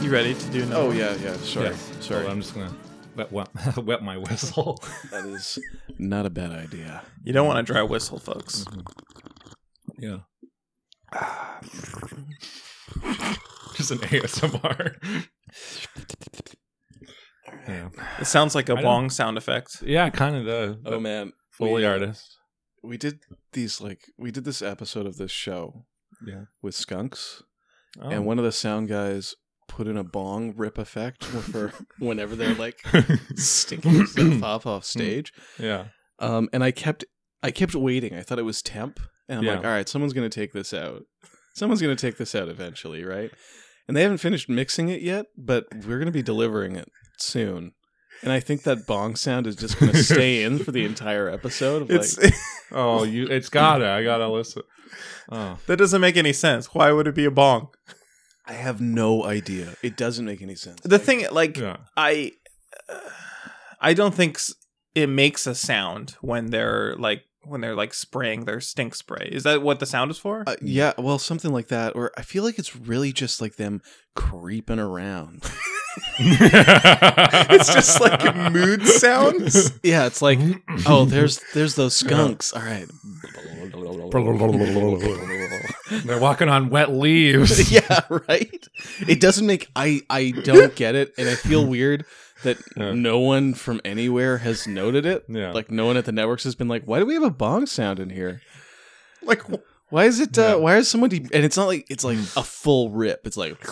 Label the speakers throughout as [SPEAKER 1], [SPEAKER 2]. [SPEAKER 1] You ready to do another?
[SPEAKER 2] Oh yeah, yeah. Sorry,
[SPEAKER 3] Yes.
[SPEAKER 2] sorry.
[SPEAKER 3] Hold on, I'm just gonna wet, wet, wet my whistle.
[SPEAKER 2] That is not a bad idea.
[SPEAKER 1] You don't want a dry whistle, folks.
[SPEAKER 3] Mm-hmm. yeah. just an ASMR. yeah.
[SPEAKER 1] It sounds like a
[SPEAKER 3] I don't-
[SPEAKER 1] bong sound effect.
[SPEAKER 3] Yeah, kind of the
[SPEAKER 2] Oh man,
[SPEAKER 3] Foley
[SPEAKER 2] we,
[SPEAKER 3] artist.
[SPEAKER 2] We did these like we did this episode of this show
[SPEAKER 3] Yeah.
[SPEAKER 2] with skunks,
[SPEAKER 3] Oh.
[SPEAKER 2] and one of the sound guys put in a bong rip effect for whenever they're like stinking stuff up off stage.
[SPEAKER 3] yeah.
[SPEAKER 2] Um, and I kept I kept waiting. I thought it was temp, and I'm like,
[SPEAKER 3] Yeah.
[SPEAKER 2] all right, someone's gonna take this out. Someone's gonna take this out eventually, right? And they haven't finished mixing it yet, but we're gonna be delivering it soon. And I think that bong sound is just gonna stay in for the entire episode. Of
[SPEAKER 1] It's,
[SPEAKER 2] like,
[SPEAKER 3] Oh, you. It's gotta. I gotta listen. Oh.
[SPEAKER 1] that doesn't make any sense. Why would it be a bong?
[SPEAKER 2] I have no idea. It doesn't make any sense.
[SPEAKER 1] The thing, like,
[SPEAKER 3] Yeah.
[SPEAKER 1] I, uh, I don't think s- it makes a sound when they're like when they're like spraying their stink spray. Is that what the sound is for?
[SPEAKER 2] Uh, yeah, well, something like that. Or I feel like it's really just like them creeping around.
[SPEAKER 3] it's
[SPEAKER 1] it's just like mood sounds.
[SPEAKER 2] yeah, it's like, oh, there's there's those skunks. All right,
[SPEAKER 3] They're walking on wet leaves.
[SPEAKER 2] yeah, right. It doesn't make I I don't get it, and I feel weird that
[SPEAKER 3] Yeah.
[SPEAKER 2] no one from anywhere has noted it.
[SPEAKER 3] Yeah.
[SPEAKER 2] Like no one at the networks has been like, why do we have a bong sound in here?
[SPEAKER 1] Like
[SPEAKER 2] Why is it? Uh,
[SPEAKER 3] Yeah.
[SPEAKER 2] Why is somebody? And it's not like it's like a full rip. It's like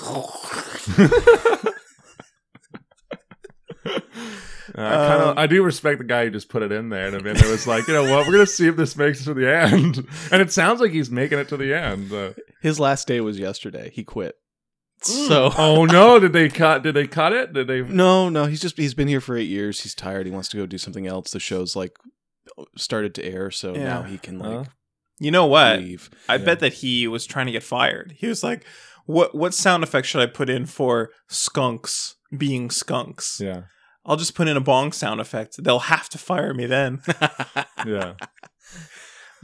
[SPEAKER 3] Uh, I kind of, I do respect the guy who just put it in there. And I mean, it was like, you know what? We're gonna see if this makes it to the end. And it sounds like he's making it to the end. Uh,
[SPEAKER 2] his last day was yesterday. He quit. So
[SPEAKER 3] oh no! Did they cut? Did they cut it? Did they?
[SPEAKER 2] no, no, he's just he's been here for eight years. He's tired. He wants to go do something else. The show's like started to air, so
[SPEAKER 1] Yeah.
[SPEAKER 2] now he can
[SPEAKER 3] Uh-huh.
[SPEAKER 2] like
[SPEAKER 1] you know what?
[SPEAKER 2] leave.
[SPEAKER 1] I
[SPEAKER 3] Yeah.
[SPEAKER 1] bet that he was trying to get fired. He was like, "What what sound effect should I put in for skunks being skunks?
[SPEAKER 3] Yeah.
[SPEAKER 1] I'll just put in a bong sound effect. They'll have to fire me then."
[SPEAKER 3] Yeah.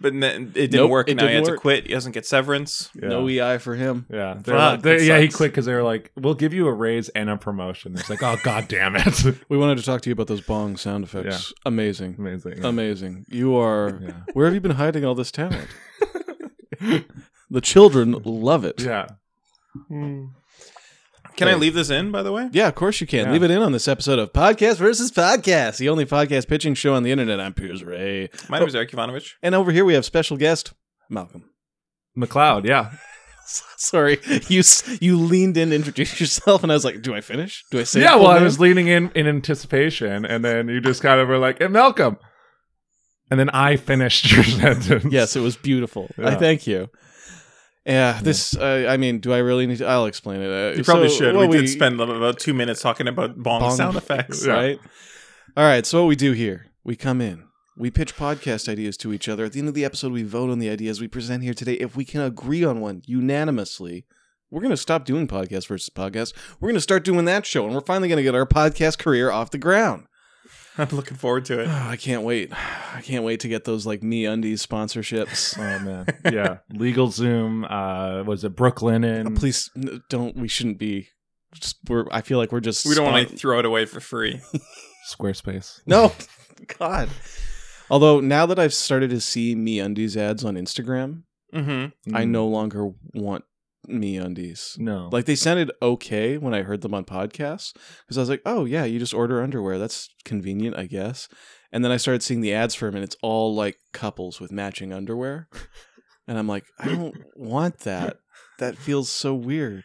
[SPEAKER 1] but then it didn't
[SPEAKER 2] Nope,
[SPEAKER 1] work.
[SPEAKER 2] it
[SPEAKER 1] now he had
[SPEAKER 2] didn't
[SPEAKER 1] to
[SPEAKER 2] work.
[SPEAKER 1] quit. He doesn't get severance.
[SPEAKER 3] Yeah.
[SPEAKER 2] No EI for him.
[SPEAKER 3] yeah,
[SPEAKER 1] Fuck,
[SPEAKER 3] They're like- they-
[SPEAKER 1] that
[SPEAKER 3] yeah. He
[SPEAKER 1] sucks.
[SPEAKER 3] quit because they were like, "We'll give you a raise and a promotion." It's like, "Oh god damn it!"
[SPEAKER 2] We wanted to talk to you about those bong sound effects. Amazing.
[SPEAKER 3] Amazing.
[SPEAKER 2] Amazing. You are.
[SPEAKER 3] yeah.
[SPEAKER 2] Where have you been hiding all this talent? the children love it.
[SPEAKER 3] yeah.
[SPEAKER 1] Hmm. Can I
[SPEAKER 2] Wait.
[SPEAKER 1] leave this in? By the way,
[SPEAKER 2] Yeah, of course you can.
[SPEAKER 3] Yeah.
[SPEAKER 2] Leave it in on this episode of Podcast versus Podcast, the only podcast pitching show on the internet. I'm Piers Ray.
[SPEAKER 1] my name is Eric Ivanovich.
[SPEAKER 2] And over here we have special guest Malcolm.
[SPEAKER 3] McLeod. Yeah.
[SPEAKER 2] Sorry, you s- you leaned in, to introduce yourself, and I was like, "Do I finish? Do I say?"
[SPEAKER 3] yeah.
[SPEAKER 2] full
[SPEAKER 3] Well, I
[SPEAKER 2] name?
[SPEAKER 3] was leaning in in anticipation, and then you just kind of were like, "Hey, Malcolm," and then I finished your sentence.
[SPEAKER 2] Yes, it was beautiful. I
[SPEAKER 3] Yeah.
[SPEAKER 2] thank you. Yeah, this. Uh, I mean, do I really need? to I'll explain it. Uh,
[SPEAKER 1] You probably
[SPEAKER 2] so
[SPEAKER 1] should. We,
[SPEAKER 2] what
[SPEAKER 1] did spend about two minutes talking about bong,
[SPEAKER 2] Bong-
[SPEAKER 1] sound effects.
[SPEAKER 3] Yeah.
[SPEAKER 2] right? All right. So what we do here? We come in. We pitch podcast ideas to each other. At the end of the episode, we vote on the ideas we present here today. If we can agree on one unanimously, we're going to stop doing podcast versus podcast. We're going to start doing that show, and we're finally going to get our podcast career off the ground.
[SPEAKER 1] I'm looking forward to it.
[SPEAKER 2] Oh, I can't wait. I can't wait to get those like me undies sponsorships.
[SPEAKER 3] Oh man. Yeah. Legal Zoom. Uh, was it Brooklyn
[SPEAKER 2] Uh,
[SPEAKER 1] Mm.
[SPEAKER 3] and
[SPEAKER 2] Please n- don't. We shouldn't be. Just, we're. I feel like we're just.
[SPEAKER 1] We don't want to
[SPEAKER 2] spon-
[SPEAKER 1] throw it away for free.
[SPEAKER 3] Squarespace?
[SPEAKER 2] No, God. Although now that I've started to see me undies ads on Instagram,
[SPEAKER 1] hmm
[SPEAKER 2] I no longer want me undies.
[SPEAKER 3] Mm. No.
[SPEAKER 2] Like they sounded okay when I heard them on podcasts because I was like, oh yeah, you just order underwear. That's convenient, I guess. And then I started seeing the ads for them, and it's all like couples with matching underwear, and I'm like, I don't want that. That feels so weird.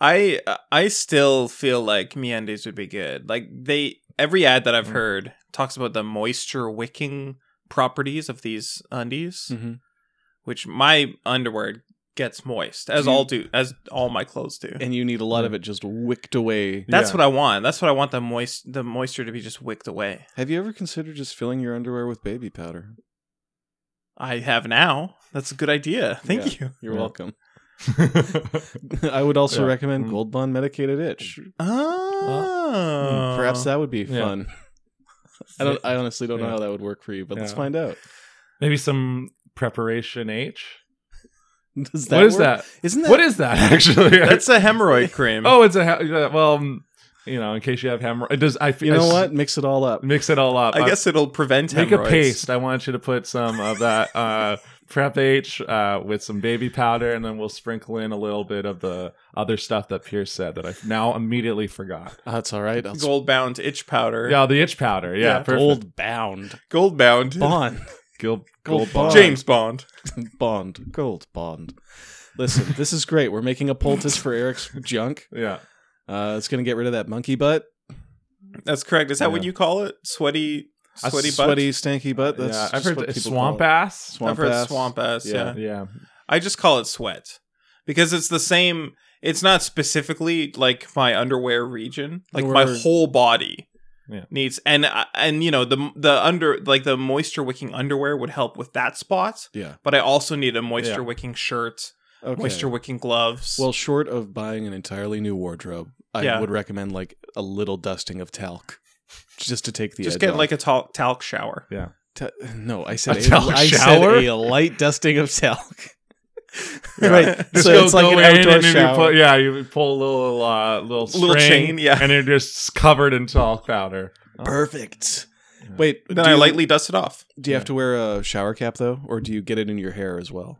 [SPEAKER 1] I uh, I still feel like MeUndies would be good. Like they every ad that
[SPEAKER 3] Mm.
[SPEAKER 1] I've heard talks about the moisture wicking properties of these undies,
[SPEAKER 3] Mm.
[SPEAKER 2] Mm-hmm.
[SPEAKER 1] which my underwear gets moist as
[SPEAKER 2] Do you-
[SPEAKER 1] all do as all my clothes do.
[SPEAKER 2] and you need a lot of it just wicked away.
[SPEAKER 1] That's
[SPEAKER 3] Eh, Yeah.
[SPEAKER 1] what I want. That's what I want the moist the moisture to be just wicked away.
[SPEAKER 2] Have you ever considered just filling your underwear with baby powder?
[SPEAKER 1] I have now. That's a good idea. Thank you.
[SPEAKER 2] You're
[SPEAKER 3] Yeah.
[SPEAKER 2] welcome. I would also
[SPEAKER 3] Yeah.
[SPEAKER 2] recommend
[SPEAKER 3] Mm.
[SPEAKER 2] Gold Bond Medicated Itch.
[SPEAKER 3] mm,
[SPEAKER 1] Oh.
[SPEAKER 2] Perhaps that would be
[SPEAKER 3] Uh, Yeah.
[SPEAKER 2] fun. I don't. I honestly don't know
[SPEAKER 3] Yeah.
[SPEAKER 2] how that would work for you, but let's
[SPEAKER 3] Yeah.
[SPEAKER 2] find out.
[SPEAKER 3] Maybe some preparation H.
[SPEAKER 2] Does
[SPEAKER 3] What is
[SPEAKER 2] work?
[SPEAKER 3] that?
[SPEAKER 2] Isn't that
[SPEAKER 3] What is that actually?
[SPEAKER 1] That's a hemorrhoid cream.
[SPEAKER 3] oh, it's a he- yeah, well, um, you know, in case you have hemorrhoid. It does I
[SPEAKER 2] you know what? Mix it all up.
[SPEAKER 3] Mix it all up.
[SPEAKER 1] I guess it'll prevent
[SPEAKER 3] uh, Make
[SPEAKER 1] hemorrhoids.
[SPEAKER 3] a paste. I want you to put some of that uh, prep H uh, with some baby powder, and then we'll sprinkle in a little bit of the other stuff that Pierce said that I now immediately forgot.
[SPEAKER 2] That's all right. I'll sp-
[SPEAKER 1] Gold bound itch powder.
[SPEAKER 3] Yeah, the itch powder. Yeah,
[SPEAKER 1] Yeah.
[SPEAKER 3] perfect.
[SPEAKER 2] Gold bound
[SPEAKER 1] Gold bound.
[SPEAKER 2] bond.
[SPEAKER 3] Gil-
[SPEAKER 2] Gold
[SPEAKER 3] Gold Bond.
[SPEAKER 1] James Bond.
[SPEAKER 2] Bond. Gold bond. Listen, this is great. We're making a poultice for Eric's junk.
[SPEAKER 3] Yeah,
[SPEAKER 2] Uh, it's gonna get rid of that monkey butt.
[SPEAKER 1] That's correct. Is that what
[SPEAKER 3] Yeah.
[SPEAKER 1] you call it? Sweaty,
[SPEAKER 2] A
[SPEAKER 1] sweaty butt.
[SPEAKER 2] sweaty, stanky butt. That's
[SPEAKER 3] yeah. I've
[SPEAKER 2] just
[SPEAKER 3] heard
[SPEAKER 2] what
[SPEAKER 3] th-
[SPEAKER 2] people
[SPEAKER 3] swamp
[SPEAKER 2] call it.
[SPEAKER 3] ass.
[SPEAKER 2] Swamp
[SPEAKER 1] I've heard
[SPEAKER 2] ass.
[SPEAKER 1] swamp ass. Yeah.
[SPEAKER 2] Yeah.
[SPEAKER 3] Yeah,
[SPEAKER 1] I just call it sweat because it's the same. It's not specifically like my underwear region. Like my
[SPEAKER 2] Word.
[SPEAKER 1] whole body
[SPEAKER 3] Yeah.
[SPEAKER 1] needs, and I- and you know the the under like the moisture wicking underwear would help with that spot.
[SPEAKER 2] Yeah.
[SPEAKER 1] But I also need a moisture
[SPEAKER 3] Yeah.
[SPEAKER 1] wicking shirt,
[SPEAKER 2] Okay.
[SPEAKER 1] moisture wicking gloves.
[SPEAKER 2] Well, short of buying an entirely new wardrobe, I
[SPEAKER 1] Yeah.
[SPEAKER 2] would recommend like a little dusting of talc, just to take the
[SPEAKER 1] just
[SPEAKER 2] edge
[SPEAKER 1] get
[SPEAKER 2] off.
[SPEAKER 1] like a talc, talc shower.
[SPEAKER 2] Ta- no, I said
[SPEAKER 3] A
[SPEAKER 2] a,
[SPEAKER 3] talc
[SPEAKER 2] I
[SPEAKER 3] shower?
[SPEAKER 2] said a light dusting of talc.
[SPEAKER 3] Yeah.
[SPEAKER 2] right,
[SPEAKER 3] Just
[SPEAKER 2] so
[SPEAKER 3] go-
[SPEAKER 2] it's like an
[SPEAKER 3] go in
[SPEAKER 2] outdoor
[SPEAKER 3] and then
[SPEAKER 2] shower.
[SPEAKER 3] You pull, yeah, you pull a little uh, little
[SPEAKER 1] Little
[SPEAKER 3] string,
[SPEAKER 1] chain, yeah.
[SPEAKER 3] and you're just covered in talc powder.
[SPEAKER 2] Perfect. Wait,
[SPEAKER 1] Then
[SPEAKER 2] Uh, do
[SPEAKER 1] I
[SPEAKER 2] you-
[SPEAKER 1] lightly dust it off.
[SPEAKER 2] Do you have to wear a shower cap though, or do you get it in your hair as well?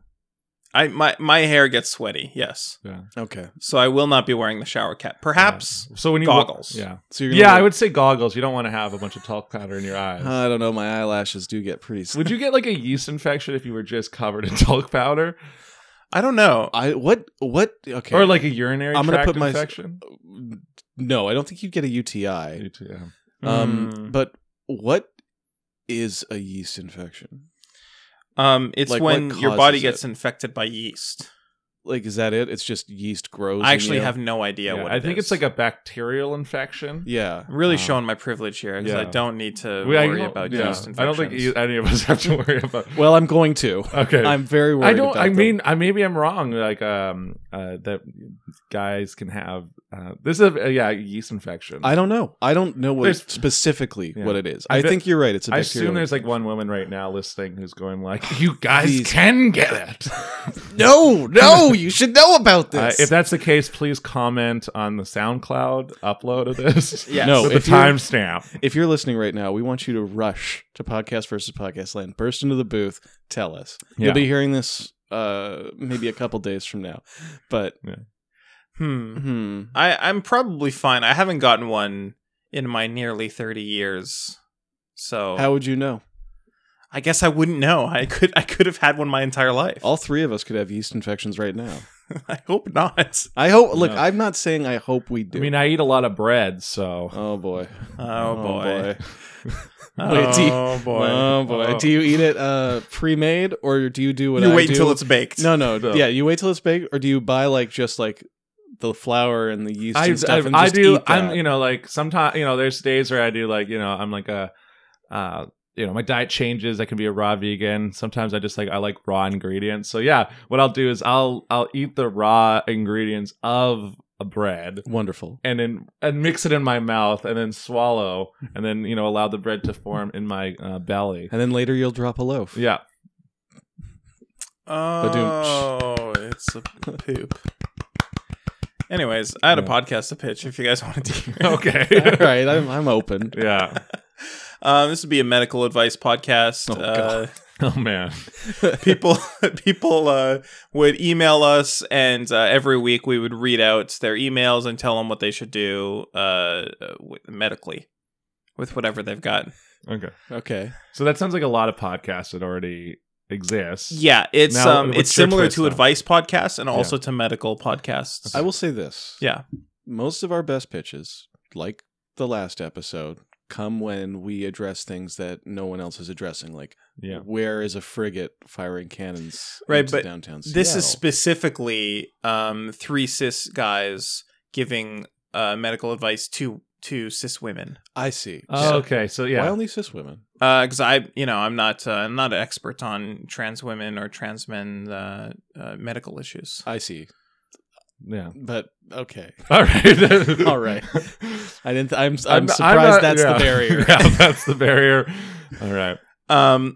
[SPEAKER 1] I my my hair gets sweaty. Yes,
[SPEAKER 2] Okay,
[SPEAKER 1] so I will not be wearing the shower cap. Perhaps
[SPEAKER 3] So when you
[SPEAKER 1] goggles.
[SPEAKER 3] yeah,
[SPEAKER 2] so you're gonna
[SPEAKER 3] yeah, I
[SPEAKER 2] wear- Uh,
[SPEAKER 3] would say goggles. You don't want to have a bunch of talc powder in your eyes.
[SPEAKER 2] I don't know. My eyelashes do get pretty. s-
[SPEAKER 3] Would you get like a yeast infection if you were just covered in talc powder,
[SPEAKER 1] I don't know.
[SPEAKER 2] I what what? Okay,
[SPEAKER 3] or like a urinary
[SPEAKER 2] I'm gonna
[SPEAKER 3] tract
[SPEAKER 2] put my-
[SPEAKER 3] infection?
[SPEAKER 2] no, I don't think you'd get a UTI.
[SPEAKER 3] You too, yeah.
[SPEAKER 2] Um,
[SPEAKER 1] Mm.
[SPEAKER 2] but what is a yeast infection?
[SPEAKER 1] Um, it's
[SPEAKER 2] Like,
[SPEAKER 1] when
[SPEAKER 2] what
[SPEAKER 1] your
[SPEAKER 2] causes
[SPEAKER 1] body
[SPEAKER 2] it?
[SPEAKER 1] gets infected by yeast.
[SPEAKER 2] Like, is that it? It's just yeast grows.
[SPEAKER 1] I
[SPEAKER 2] in
[SPEAKER 1] actually
[SPEAKER 2] you?
[SPEAKER 1] have no idea
[SPEAKER 3] Yeah,
[SPEAKER 1] what.
[SPEAKER 3] I
[SPEAKER 1] it
[SPEAKER 3] think it's
[SPEAKER 1] is.
[SPEAKER 3] like a bacterial infection.
[SPEAKER 2] Yeah.
[SPEAKER 1] I'm really
[SPEAKER 3] Wow.
[SPEAKER 1] showing my privilege here because I
[SPEAKER 3] Yeah.
[SPEAKER 1] don't need to
[SPEAKER 3] We- I
[SPEAKER 1] worry
[SPEAKER 3] don't-
[SPEAKER 1] about
[SPEAKER 3] yeah.
[SPEAKER 1] yeast infections.
[SPEAKER 3] I don't think e- any of us have to worry about.
[SPEAKER 2] Well, I'm going to.
[SPEAKER 3] Okay,
[SPEAKER 2] I'm very worried.
[SPEAKER 3] I don't.
[SPEAKER 2] about
[SPEAKER 3] I
[SPEAKER 2] them.
[SPEAKER 3] mean, I maybe I'm wrong. Like, um, uh, that guys can have. Uh, this is a yeah yeast infection.
[SPEAKER 2] I don't know. I don't know what
[SPEAKER 3] There's-
[SPEAKER 2] specifically
[SPEAKER 3] Yeah.
[SPEAKER 2] what it is.
[SPEAKER 3] I
[SPEAKER 2] I
[SPEAKER 3] bet-
[SPEAKER 2] think you're right. It's a
[SPEAKER 3] I
[SPEAKER 2] bacterial.
[SPEAKER 3] assume there's like one woman right now listening who's going like, "You guys
[SPEAKER 2] These-
[SPEAKER 3] can get it."
[SPEAKER 2] no, no. You should know about
[SPEAKER 3] Uh,
[SPEAKER 2] this.
[SPEAKER 3] if that's the case, please comment on the SoundCloud upload of this.
[SPEAKER 1] Yes.
[SPEAKER 2] No,
[SPEAKER 3] with the
[SPEAKER 2] if you're-
[SPEAKER 3] timestamp.
[SPEAKER 2] if you're listening right now, we want you to rush to Podcast versus Podcast Land, burst into the booth, tell us.
[SPEAKER 3] Yeah.
[SPEAKER 2] You'll be hearing this uh maybe a couple days from now, but
[SPEAKER 1] Hmm.
[SPEAKER 2] hmm,
[SPEAKER 1] I I'm probably fine. I haven't gotten one in my nearly thirty years, so
[SPEAKER 2] how would you know?
[SPEAKER 1] I guess I wouldn't know. I could I could have had one my entire life.
[SPEAKER 2] All three of us could have yeast infections right now.
[SPEAKER 1] I hope not.
[SPEAKER 2] I hope. Look,
[SPEAKER 3] No.
[SPEAKER 2] I'm not saying I hope we
[SPEAKER 3] I
[SPEAKER 2] do.
[SPEAKER 3] mean, I eat a lot of bread, so
[SPEAKER 2] oh boy.
[SPEAKER 1] Oh, boy.
[SPEAKER 2] Wait, do you-
[SPEAKER 1] oh boy.
[SPEAKER 2] Oh boy.
[SPEAKER 3] Oh.
[SPEAKER 2] Do you eat it uh pre-made or do you do what
[SPEAKER 1] you
[SPEAKER 2] I
[SPEAKER 1] wait
[SPEAKER 2] do?
[SPEAKER 1] until it's baked.
[SPEAKER 2] No, no,
[SPEAKER 3] No.
[SPEAKER 2] Yeah, you wait till it's baked or do you buy like just like the flour and the yeast
[SPEAKER 3] I,
[SPEAKER 2] and stuff
[SPEAKER 3] I,
[SPEAKER 2] and
[SPEAKER 3] I
[SPEAKER 2] just
[SPEAKER 3] do.
[SPEAKER 2] eat that?
[SPEAKER 3] I'm you know like sometimes you know there's days where I do like you know I'm like a. Uh, you know, my diet changes. I can be a raw vegan. Sometimes I just like I like raw ingredients. So yeah, what I'll do is I'll I'll eat the raw ingredients of a bread,
[SPEAKER 2] Wonderful.
[SPEAKER 3] and then and mix it in my mouth and then swallow and then you know allow the bread to form in my uh, belly
[SPEAKER 2] And then later you'll drop a loaf.
[SPEAKER 3] yeah
[SPEAKER 1] Oh, it's a poop. Anyways, I had a
[SPEAKER 2] Yeah.
[SPEAKER 1] podcast to pitch if you guys wanted to hear. it.
[SPEAKER 2] All
[SPEAKER 3] okay
[SPEAKER 2] right, I'm I'm open.
[SPEAKER 3] yeah
[SPEAKER 1] Um, this would be a medical advice podcast.
[SPEAKER 2] Oh,
[SPEAKER 1] uh,
[SPEAKER 3] oh man
[SPEAKER 1] people people uh, would email us, and uh, every week we would read out their emails and tell them what they should do uh, w- medically with whatever they've got.
[SPEAKER 3] okay
[SPEAKER 2] Okay.
[SPEAKER 3] so that sounds like a lot of podcasts that already exist
[SPEAKER 1] Yeah, it's
[SPEAKER 3] Now,
[SPEAKER 1] um,
[SPEAKER 3] what's
[SPEAKER 1] it's
[SPEAKER 3] your
[SPEAKER 1] similar
[SPEAKER 3] twist
[SPEAKER 1] to
[SPEAKER 3] on it?
[SPEAKER 1] advice podcasts and also to medical podcasts.
[SPEAKER 2] I will say this.
[SPEAKER 1] Yeah.
[SPEAKER 2] Most of our best pitches, like the last episode, come when we address things that no one else is addressing, like
[SPEAKER 3] yeah
[SPEAKER 2] where is a frigate firing cannons
[SPEAKER 1] Right,
[SPEAKER 2] into
[SPEAKER 1] but
[SPEAKER 2] downtown Seattle?
[SPEAKER 1] This is specifically um, three cis guys giving uh, medical advice to to cis women.
[SPEAKER 2] I see.
[SPEAKER 3] oh, okay so yeah
[SPEAKER 2] Why only cis women?
[SPEAKER 1] because I, you know, I'm not, uh, I'm not an expert on trans women or trans men uh, uh, medical issues.
[SPEAKER 2] I see.
[SPEAKER 3] yeah
[SPEAKER 2] But okay,
[SPEAKER 3] all right
[SPEAKER 2] all right. I didn't. I'm I'm,
[SPEAKER 3] not-
[SPEAKER 2] surprised
[SPEAKER 3] not-
[SPEAKER 2] that's
[SPEAKER 3] yeah.
[SPEAKER 2] the barrier.
[SPEAKER 3] yeah that's the barrier all right
[SPEAKER 1] Um,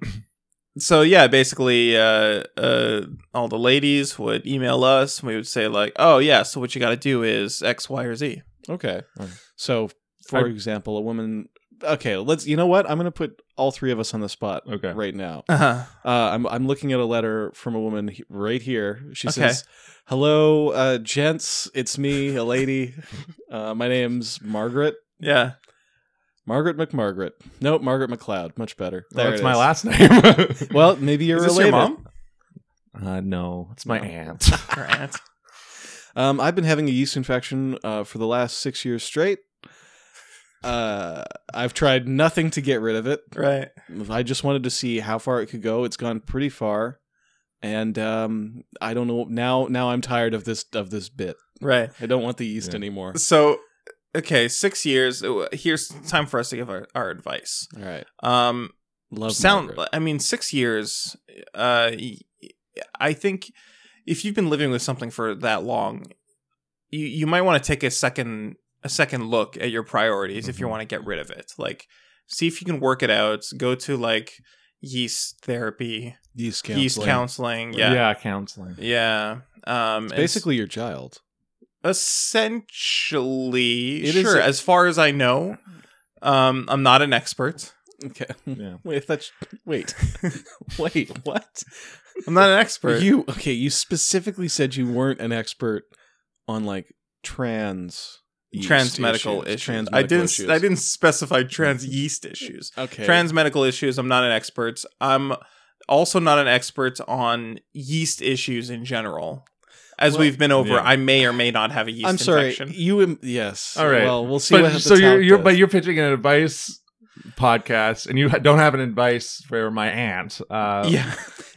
[SPEAKER 1] so yeah, basically, uh, uh, all the ladies would email us. and We would say like, "Oh yeah, so what you got to do is X, Y, or Z."
[SPEAKER 2] Okay.
[SPEAKER 3] Right.
[SPEAKER 2] So, for
[SPEAKER 3] I-
[SPEAKER 2] example, a woman. Okay, let's. You know what? I'm going to put all three of us on the spot
[SPEAKER 3] Okay.
[SPEAKER 2] right now.
[SPEAKER 1] Uh-huh.
[SPEAKER 2] Uh, I'm I'm looking at a letter from a woman he- right here. She
[SPEAKER 1] Okay.
[SPEAKER 2] says, "Hello, uh, gents. It's me, a lady. uh, my name's Margaret.
[SPEAKER 1] Yeah.
[SPEAKER 2] Margaret McMargaret. No, Margaret McLeod. Much better.
[SPEAKER 3] Well,
[SPEAKER 2] There
[SPEAKER 3] that's
[SPEAKER 2] it
[SPEAKER 3] my
[SPEAKER 2] is.
[SPEAKER 3] last name.
[SPEAKER 2] Well, maybe you're
[SPEAKER 1] is this
[SPEAKER 2] related.
[SPEAKER 1] your mom?
[SPEAKER 3] uh, no, it's my
[SPEAKER 2] No.
[SPEAKER 3] aunt.
[SPEAKER 1] Your aunt?
[SPEAKER 2] Um, I've been having a yeast infection uh, for the last six years straight. Uh, I've tried nothing to get rid of it.
[SPEAKER 1] Right.
[SPEAKER 2] I just wanted to see how far it could go. It's gone pretty far, and um, I don't know now. Now I'm tired of this of this bit.
[SPEAKER 1] Right.
[SPEAKER 2] I don't want the yeast
[SPEAKER 3] Yeah.
[SPEAKER 2] anymore.
[SPEAKER 1] So, okay, six years. uh, Here's time for us to give our, our advice.
[SPEAKER 2] All right,
[SPEAKER 1] Um,
[SPEAKER 2] love
[SPEAKER 1] sound.
[SPEAKER 2] Margaret.
[SPEAKER 1] I mean, six years. Uh, y- I think if you've been living with something for that long, you you might want to take a second a second look at your priorities if you
[SPEAKER 2] Mm-hmm.
[SPEAKER 3] Mhm.
[SPEAKER 1] want to get rid of it. Like, see if you can work it out. Go to like yeast therapy,
[SPEAKER 2] yeast
[SPEAKER 1] yeast
[SPEAKER 2] counseling.
[SPEAKER 1] counseling. Yeah, yeah.
[SPEAKER 3] yeah, counseling.
[SPEAKER 1] Um,
[SPEAKER 2] It's
[SPEAKER 1] and s-
[SPEAKER 2] basically your child.
[SPEAKER 1] essentially
[SPEAKER 2] It is
[SPEAKER 1] sure
[SPEAKER 2] a-
[SPEAKER 1] as far as i know um i'm not an expert
[SPEAKER 2] Okay.
[SPEAKER 3] Yeah.
[SPEAKER 2] Wait, that's wait, wait. What?
[SPEAKER 1] i'm not an expert
[SPEAKER 2] You okay? You specifically said you weren't an expert on like trans yeast
[SPEAKER 1] trans medical issues,
[SPEAKER 2] Trans
[SPEAKER 1] i
[SPEAKER 2] medical
[SPEAKER 1] didn't
[SPEAKER 2] issues.
[SPEAKER 1] i didn't specify trans yeast issues
[SPEAKER 2] Okay.
[SPEAKER 1] trans medical issues i'm not an expert i'm also not an expert on yeast issues in general as
[SPEAKER 2] Well-
[SPEAKER 1] we've been over
[SPEAKER 3] Yeah.
[SPEAKER 1] i may or may not have a yeast
[SPEAKER 2] I'm sorry.
[SPEAKER 1] infection
[SPEAKER 2] You Im- yes.
[SPEAKER 3] All right.
[SPEAKER 2] Well, we'll see
[SPEAKER 3] But,
[SPEAKER 2] what
[SPEAKER 3] so
[SPEAKER 2] happens how
[SPEAKER 3] you're,
[SPEAKER 2] it
[SPEAKER 3] you're
[SPEAKER 2] goes.
[SPEAKER 3] but you're pitching an advice podcast, and you ha- don't have an advice for my aunt. Uh,
[SPEAKER 1] yeah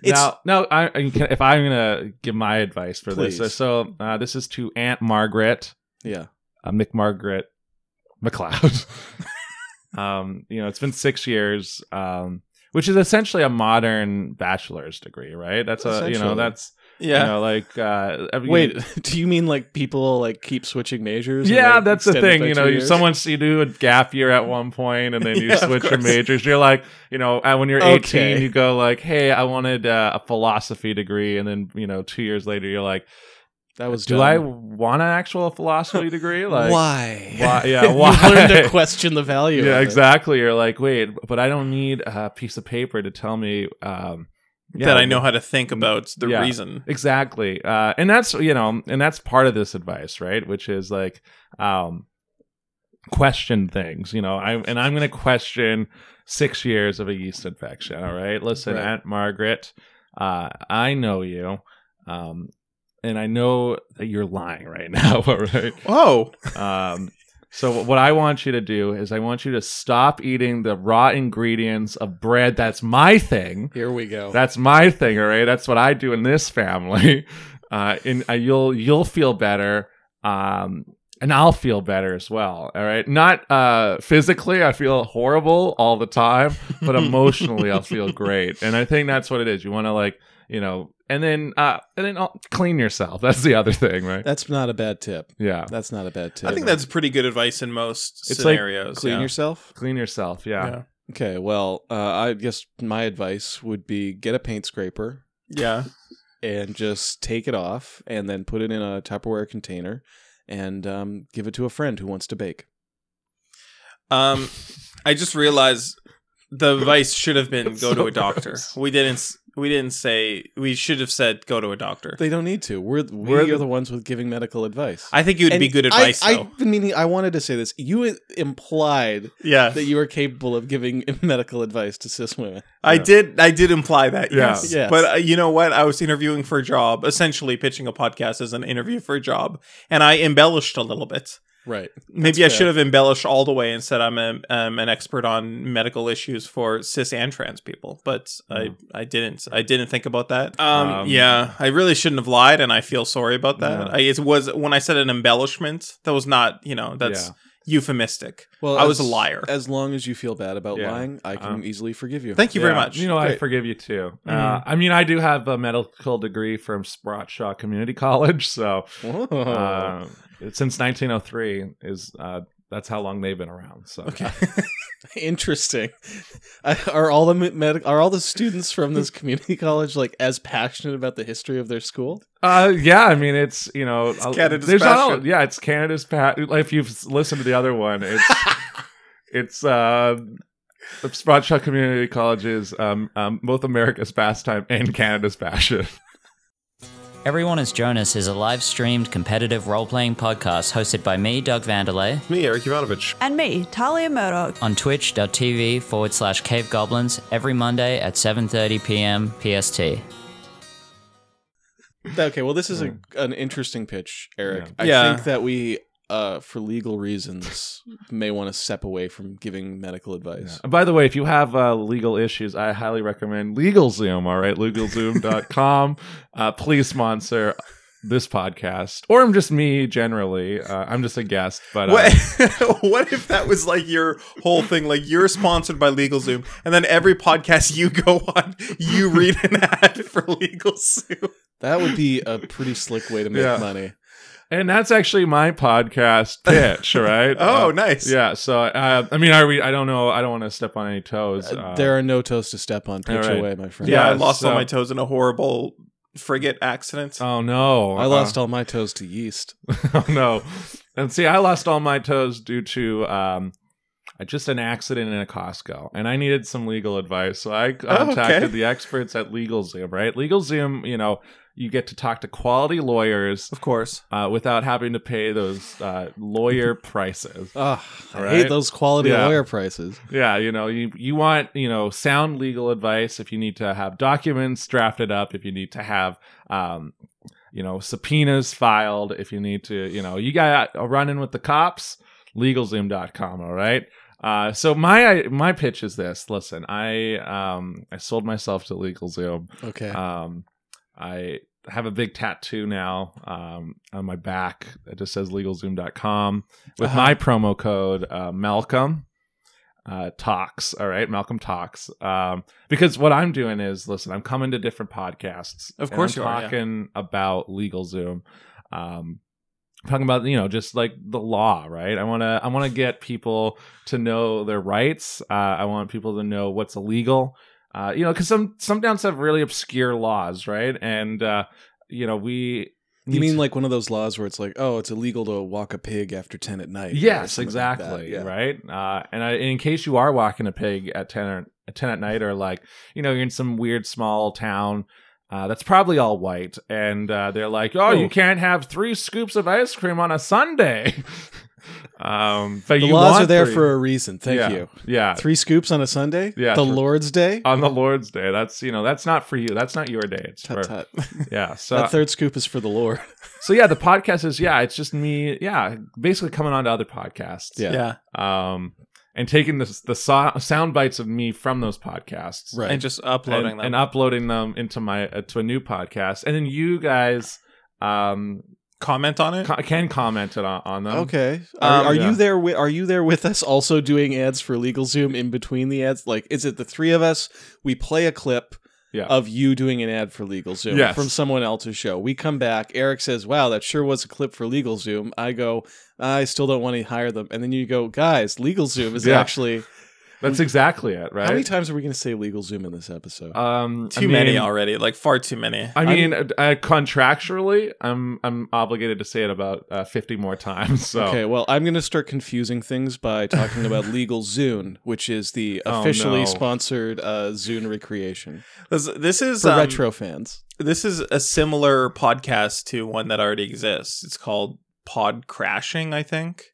[SPEAKER 2] It's-
[SPEAKER 3] now, now, I, I can- if I'm gonna give my advice for
[SPEAKER 2] Please.
[SPEAKER 3] this, so uh, this is to Aunt Margaret,
[SPEAKER 2] yeah.
[SPEAKER 3] uh, McMargaret McLeod. um, you know, it's been six years, um, which is essentially a modern bachelor's degree, right? That's a you know
[SPEAKER 2] Essentially.
[SPEAKER 3] that's
[SPEAKER 1] yeah
[SPEAKER 3] you know like uh, I mean-
[SPEAKER 2] Wait, do you mean like people like keep switching majors? and,
[SPEAKER 3] Yeah,
[SPEAKER 2] like,
[SPEAKER 3] that's the
[SPEAKER 2] extend it
[SPEAKER 3] thing.
[SPEAKER 2] by
[SPEAKER 3] You
[SPEAKER 2] two
[SPEAKER 3] know, you,
[SPEAKER 2] years?
[SPEAKER 3] someone you do a gap year at one point, and then you
[SPEAKER 1] Yeah, of
[SPEAKER 3] switch your
[SPEAKER 1] course.
[SPEAKER 3] majors. You're like, you know, uh, when you're
[SPEAKER 2] Okay.
[SPEAKER 3] 18, you go like, "Hey, I wanted uh, a philosophy degree," and then you know, two years later, you're like,
[SPEAKER 2] that was
[SPEAKER 3] "Do
[SPEAKER 2] dumb.
[SPEAKER 3] I want an actual philosophy degree?" Like,
[SPEAKER 2] why?
[SPEAKER 3] why- yeah,
[SPEAKER 2] You
[SPEAKER 3] why?
[SPEAKER 2] learn to question the value.
[SPEAKER 3] yeah,
[SPEAKER 2] of it.
[SPEAKER 3] exactly. You're like, wait, but I don't need a piece of paper to tell me um, yeah,
[SPEAKER 1] that i know how to think about the
[SPEAKER 3] Yeah.
[SPEAKER 1] reason
[SPEAKER 3] exactly uh, and that's you know and that's part of this advice right which is like um question things you know i and i'm going to question six years of a yeast infection all right listen
[SPEAKER 2] Right.
[SPEAKER 3] aunt margaret uh, i know you um, and i know that you're lying right now all right
[SPEAKER 1] oh
[SPEAKER 3] um, so what I want you to do is I want you to stop eating the raw ingredients of bread. That's my thing.
[SPEAKER 2] Here we go.
[SPEAKER 3] That's my thing, all right. That's what I do in this family. Uh, and uh, you'll you'll feel better, um, and I'll feel better as well. All right, not uh, physically. I feel horrible all the time, but emotionally, I'll feel great. And I think that's what it is. You want to like, you know, and then uh, and then i clean yourself. That's the other thing, right?
[SPEAKER 2] that's not a bad tip.
[SPEAKER 3] Yeah,
[SPEAKER 2] That's not a bad tip.
[SPEAKER 1] i think that's pretty good advice in most
[SPEAKER 3] It's like
[SPEAKER 1] scenarios
[SPEAKER 2] clean
[SPEAKER 1] yeah.
[SPEAKER 2] yourself.
[SPEAKER 3] clean yourself.
[SPEAKER 1] yeah
[SPEAKER 2] Okay, well, uh, I guess my advice would be get a paint scraper
[SPEAKER 1] yeah
[SPEAKER 2] and just take it off and then put it in a Tupperware container and um, give it to a friend who wants to bake.
[SPEAKER 1] Um, I just realized the advice should have been
[SPEAKER 3] That's
[SPEAKER 1] go to
[SPEAKER 3] so
[SPEAKER 1] a doctor.
[SPEAKER 3] gross.
[SPEAKER 1] We didn't. s- We didn't say. We should have said go to a doctor.
[SPEAKER 2] They don't need to. We're we're
[SPEAKER 3] We're
[SPEAKER 2] the,
[SPEAKER 3] the-
[SPEAKER 2] ones with giving medical advice.
[SPEAKER 1] I think it would be
[SPEAKER 2] And
[SPEAKER 1] good advice
[SPEAKER 2] I,
[SPEAKER 1] though.
[SPEAKER 2] I've been meaning. I wanted to say this. You i- implied
[SPEAKER 1] yeah,
[SPEAKER 2] that you are capable of giving medical advice to cis women.
[SPEAKER 1] I
[SPEAKER 3] Yeah.
[SPEAKER 1] did. I did imply that.
[SPEAKER 3] Yeah.
[SPEAKER 1] Yes.
[SPEAKER 2] Yes.
[SPEAKER 1] But uh, you know what? I was interviewing for a job, essentially pitching a podcast as an interview for a job, and I embellished a little bit.
[SPEAKER 2] Right.
[SPEAKER 1] Maybe
[SPEAKER 2] That's
[SPEAKER 1] I
[SPEAKER 2] fair.
[SPEAKER 1] should have embellished all the way and said I'm a, um, an expert on medical issues for cis and trans people, but
[SPEAKER 3] Yeah.
[SPEAKER 1] I, I didn't. I didn't think about that. Um,
[SPEAKER 3] Hmm. Um,
[SPEAKER 1] yeah, I really shouldn't have lied, and I feel sorry about that.
[SPEAKER 3] Yeah.
[SPEAKER 1] I, it was when I said an embellishment that was not, you know, that's
[SPEAKER 3] Yeah.
[SPEAKER 1] euphemistic.
[SPEAKER 2] Well,
[SPEAKER 1] I was
[SPEAKER 2] as-
[SPEAKER 1] a liar.
[SPEAKER 2] As long as you feel bad about
[SPEAKER 3] Yeah.
[SPEAKER 2] lying, I can
[SPEAKER 3] Um,
[SPEAKER 2] easily forgive you.
[SPEAKER 1] Thank you very
[SPEAKER 3] Yeah.
[SPEAKER 1] much.
[SPEAKER 3] You know, I
[SPEAKER 2] Great.
[SPEAKER 3] forgive you too. Uh,
[SPEAKER 1] Mhm.
[SPEAKER 3] I mean, I do have a medical degree from Spratshaw
[SPEAKER 1] Oh.
[SPEAKER 3] Community College, so
[SPEAKER 2] Whoa.
[SPEAKER 3] uh, since 1903 is uh, That's how long they've been around. So
[SPEAKER 1] Okay.
[SPEAKER 2] Interesting. I- Are all the med- are all the students from this community college like as passionate about the history of their school?
[SPEAKER 3] Uh, yeah, I mean it's you know I'll-
[SPEAKER 1] Canada's
[SPEAKER 3] there's not
[SPEAKER 1] passion.
[SPEAKER 3] all- yeah, it's Canada's passion. If you've s- listened to the other one, it's it's uh, the Sprotshaw Community College is um, um both America's pastime and Canada's passion.
[SPEAKER 4] Everyone is Jonas is a live streamed competitive role playing podcast hosted by me, Doug Vanderlei,
[SPEAKER 5] Me, Eric Ivanovich.
[SPEAKER 6] And me, Talia Murdoch.
[SPEAKER 4] on twitch.tv forward slash cave goblins every Monday at 7.30 pm PST.
[SPEAKER 2] Okay, well this is a, an interesting pitch, Eric.
[SPEAKER 3] Yeah.
[SPEAKER 2] I
[SPEAKER 1] Yeah.
[SPEAKER 2] think that we uh for legal reasons may want to step away from giving medical advice.
[SPEAKER 3] And by the way, if you have uh, legal issues, I highly recommend LegalZoom. All right, LegalZoom.com. uh, please sponsor this podcast, or I'm just me generally. Uh, I'm just a guest, but uh,
[SPEAKER 1] What, what if that was like your whole thing? Like you're sponsored by LegalZoom, and then every podcast you go on, you read an ad for LegalZoom.
[SPEAKER 2] That would be a pretty slick way to make
[SPEAKER 3] Yeah.
[SPEAKER 2] money.
[SPEAKER 3] and that's actually my podcast pitch. all Right?
[SPEAKER 1] Oh,
[SPEAKER 3] Uh,
[SPEAKER 1] nice.
[SPEAKER 3] Yeah. So uh, I mean, are we? I don't know. I don't want to step on any toes.
[SPEAKER 2] Uh,
[SPEAKER 3] Uh,
[SPEAKER 2] there are no toes to step on. Pitch
[SPEAKER 3] all right.
[SPEAKER 2] away, my friend.
[SPEAKER 1] Yeah, I
[SPEAKER 3] Yeah,
[SPEAKER 1] lost all
[SPEAKER 3] so-
[SPEAKER 1] my toes in a horrible frigate accident.
[SPEAKER 3] Oh no!
[SPEAKER 2] I lost all my toes to yeast.
[SPEAKER 3] oh no! And see, I lost all my toes due to um, just an accident in a Costco, and I needed some legal advice. So
[SPEAKER 1] Oh,
[SPEAKER 3] I contacted the experts at LegalZoom. Right? LegalZoom, you know, you get to talk to quality lawyers
[SPEAKER 1] of course.
[SPEAKER 3] uh, without having to pay those uh, lawyer prices.
[SPEAKER 2] Ugh, I
[SPEAKER 3] All
[SPEAKER 2] hate
[SPEAKER 3] right.
[SPEAKER 2] those quality
[SPEAKER 3] Yeah.
[SPEAKER 2] lawyer prices.
[SPEAKER 3] Yeah, you know, you you want you know sound legal advice if you need to have documents drafted up, if you need to have um, you know subpoenas filed, if you need to you know you got a run in with the cops. LegalZoom.com. All right. Uh, so my my pitch is this: Listen, I um, I sold myself to LegalZoom.
[SPEAKER 2] Okay.
[SPEAKER 3] Um, I have a big tattoo now um, on my back that just says legalzoom.com with
[SPEAKER 2] Uh-huh.
[SPEAKER 3] my promo code uh, Malcolm uh, Talks. All right, Malcolm Talks. Um, because what I'm doing is, listen, I'm coming to different podcasts.
[SPEAKER 1] Of
[SPEAKER 3] and
[SPEAKER 1] course
[SPEAKER 3] I'm
[SPEAKER 1] you are, yeah.
[SPEAKER 3] talking about LegalZoom. Um, talking about you know just like the law right i want to i want to get people to know their rights uh, i want people to know what's illegal uh, you know, because some some towns have really obscure laws, right? And uh, you know, we
[SPEAKER 2] you
[SPEAKER 3] need
[SPEAKER 2] mean
[SPEAKER 3] to-
[SPEAKER 2] like one of those laws where it's like, oh, it's illegal to walk a pig after ten at night? or
[SPEAKER 3] yes,
[SPEAKER 2] something like that.
[SPEAKER 3] exactly,
[SPEAKER 2] Yeah.
[SPEAKER 3] right? Uh, and I, in case you are walking a pig at ten or at ten at night, or like you know, you're in some weird small town. Uh, that's probably all white, and uh, they're like, "Oh,
[SPEAKER 2] Ooh.
[SPEAKER 3] you can't have three scoops of ice cream on a Sunday." um, but
[SPEAKER 2] The
[SPEAKER 3] you
[SPEAKER 2] laws
[SPEAKER 3] want
[SPEAKER 2] are there
[SPEAKER 3] three.
[SPEAKER 2] for a reason. Thank
[SPEAKER 3] Yeah,
[SPEAKER 2] you.
[SPEAKER 3] Yeah,
[SPEAKER 2] Three scoops on a Sunday.
[SPEAKER 3] Yeah, Uh,
[SPEAKER 2] the
[SPEAKER 3] for-
[SPEAKER 2] Lord's Day.
[SPEAKER 3] on the Lord's Day. That's you know, that's not for you. That's not your day. It's
[SPEAKER 2] Tut
[SPEAKER 3] for
[SPEAKER 2] tut.
[SPEAKER 3] yeah. So
[SPEAKER 2] that third scoop is for the Lord.
[SPEAKER 3] so yeah, the podcast is yeah, it's just me, yeah, basically coming on to other podcasts,
[SPEAKER 2] Yeah.
[SPEAKER 3] um, and taking the the so- sound bites of me from those podcasts,
[SPEAKER 2] Right.
[SPEAKER 1] And just
[SPEAKER 3] and,
[SPEAKER 1] uploading them.
[SPEAKER 3] and uploading them into my uh, to a new podcast, and then you guys um
[SPEAKER 1] comment on it.
[SPEAKER 3] co- can comment it on, on them.
[SPEAKER 2] okay. Are,
[SPEAKER 1] Um,
[SPEAKER 2] are
[SPEAKER 3] yeah.
[SPEAKER 2] you there? With, are you there with us? Also doing ads for LegalZoom in between the ads. Like, is it the three of us? We play a clip.
[SPEAKER 3] Yeah.
[SPEAKER 2] Of you doing an ad for LegalZoom
[SPEAKER 3] Yes.
[SPEAKER 2] from someone else's show. We come back. Eric says, "Wow, that sure was a clip for LegalZoom." I go, "I still don't want to hire them." And then you go, "Guys, LegalZoom is
[SPEAKER 3] Yeah.
[SPEAKER 2] actually."
[SPEAKER 3] that's exactly it, right?
[SPEAKER 2] How many times are we going to say LegalZoom in this episode?
[SPEAKER 3] um,
[SPEAKER 1] Too
[SPEAKER 3] I mean,
[SPEAKER 1] many already, like far too many.
[SPEAKER 3] I mean, uh, uh, contractually, I'm I'm obligated to say it about uh, 50 more times. So
[SPEAKER 2] Okay, well, I'm going to start confusing things by talking about Legal Zune, which is the
[SPEAKER 3] Oh,
[SPEAKER 2] officially
[SPEAKER 3] no.
[SPEAKER 2] sponsored uh, Zune recreation
[SPEAKER 1] This, this is
[SPEAKER 2] for
[SPEAKER 1] um,
[SPEAKER 2] retro fans.
[SPEAKER 1] This is a similar podcast to one that already exists. It's called Pod Crashing, I think.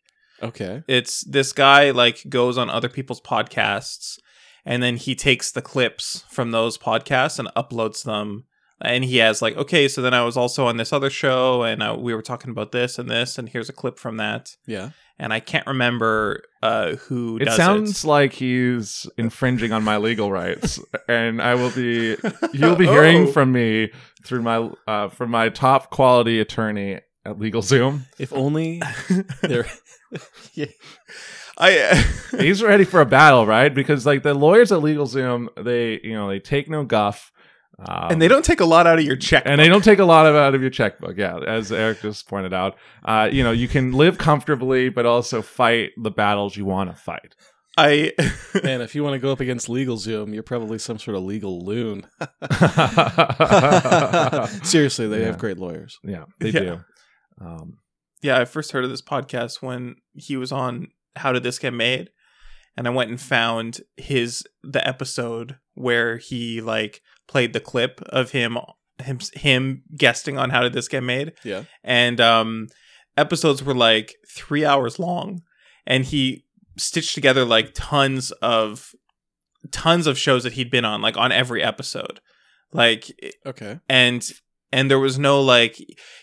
[SPEAKER 2] Okay,
[SPEAKER 1] It's this guy like goes on other people's podcasts and then he takes the clips from those podcasts and uploads them and he has like okay so then I was also on this other show and uh we were talking about this and this and here's a clip from that
[SPEAKER 2] yeah.
[SPEAKER 1] and I can't remember uh who
[SPEAKER 3] it
[SPEAKER 1] does
[SPEAKER 3] sounds
[SPEAKER 1] it.
[SPEAKER 3] like he's infringing on my legal rights, and I will be. You'll be hearing
[SPEAKER 1] Oh.
[SPEAKER 3] from me through my uh, from my top quality attorney at LegalZoom.
[SPEAKER 2] If only there.
[SPEAKER 1] I
[SPEAKER 3] He's ready for a battle, right? Because like the lawyers at LegalZoom, they you know they take no guff. Um,
[SPEAKER 1] and they don't take a lot out of your check.
[SPEAKER 3] and they don't take a lot of out of your checkbook. Yeah, as Eric just pointed out, uh, you know, you can live comfortably, but also fight the battles you want to fight.
[SPEAKER 1] I
[SPEAKER 2] Man, if you want to go up against LegalZoom, you're probably some sort of legal loon. Seriously, they
[SPEAKER 3] Yeah.
[SPEAKER 2] have great lawyers.
[SPEAKER 3] yeah, they
[SPEAKER 1] Yeah.
[SPEAKER 3] do. Um,
[SPEAKER 1] yeah, I first heard of this podcast when he was on How Did This Get Made? And I went and found his the episode where he like played the clip of him him him guesting on How Did This Get Made?
[SPEAKER 2] Yeah.
[SPEAKER 1] And um episodes were like three hours long and he stitched together like tons of tons of shows that he'd been on, like on every episode. Like
[SPEAKER 2] Okay.
[SPEAKER 1] and and there was no like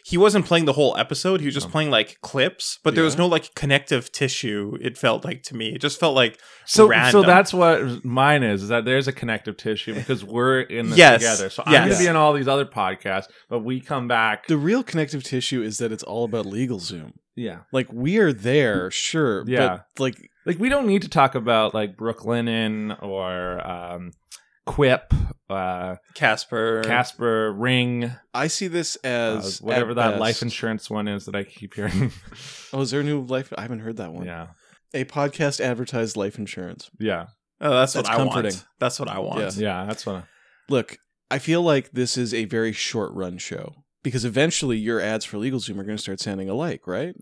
[SPEAKER 1] he wasn't playing the whole episode he was just
[SPEAKER 3] Um,
[SPEAKER 1] playing like clips but there was
[SPEAKER 2] yeah.
[SPEAKER 1] no like connective tissue it felt like to me it just felt like
[SPEAKER 3] so, so
[SPEAKER 1] Random.
[SPEAKER 3] that's what mine is: is that there's a connective tissue because we're in this
[SPEAKER 1] Yes.
[SPEAKER 3] together. So I'm
[SPEAKER 1] Yes.
[SPEAKER 3] going to be in all these other podcasts, but we come back.
[SPEAKER 2] The real connective tissue is that it's all about LegalZoom.
[SPEAKER 3] yeah,
[SPEAKER 2] Like we are there, sure,
[SPEAKER 3] Yeah.
[SPEAKER 2] but like
[SPEAKER 3] like we don't need to talk about like Brooklinen or um, Quip, uh,
[SPEAKER 1] casper
[SPEAKER 3] Casper, Ring,
[SPEAKER 2] I see this
[SPEAKER 3] uh,
[SPEAKER 2] as
[SPEAKER 3] whatever
[SPEAKER 2] at
[SPEAKER 3] that
[SPEAKER 2] best-
[SPEAKER 3] life insurance one is that I keep hearing.
[SPEAKER 2] Oh, is there a new life? I haven't heard that one.
[SPEAKER 3] yeah,
[SPEAKER 2] A podcast advertised life insurance.
[SPEAKER 3] yeah,
[SPEAKER 1] oh, that's,
[SPEAKER 2] That's
[SPEAKER 1] what i
[SPEAKER 2] comforting.
[SPEAKER 1] want that's what i want
[SPEAKER 2] Yeah.
[SPEAKER 3] yeah. That's what.
[SPEAKER 2] Look, I feel like this is a very short run show because eventually your ads for LegalZoom are going to start sounding alike, right?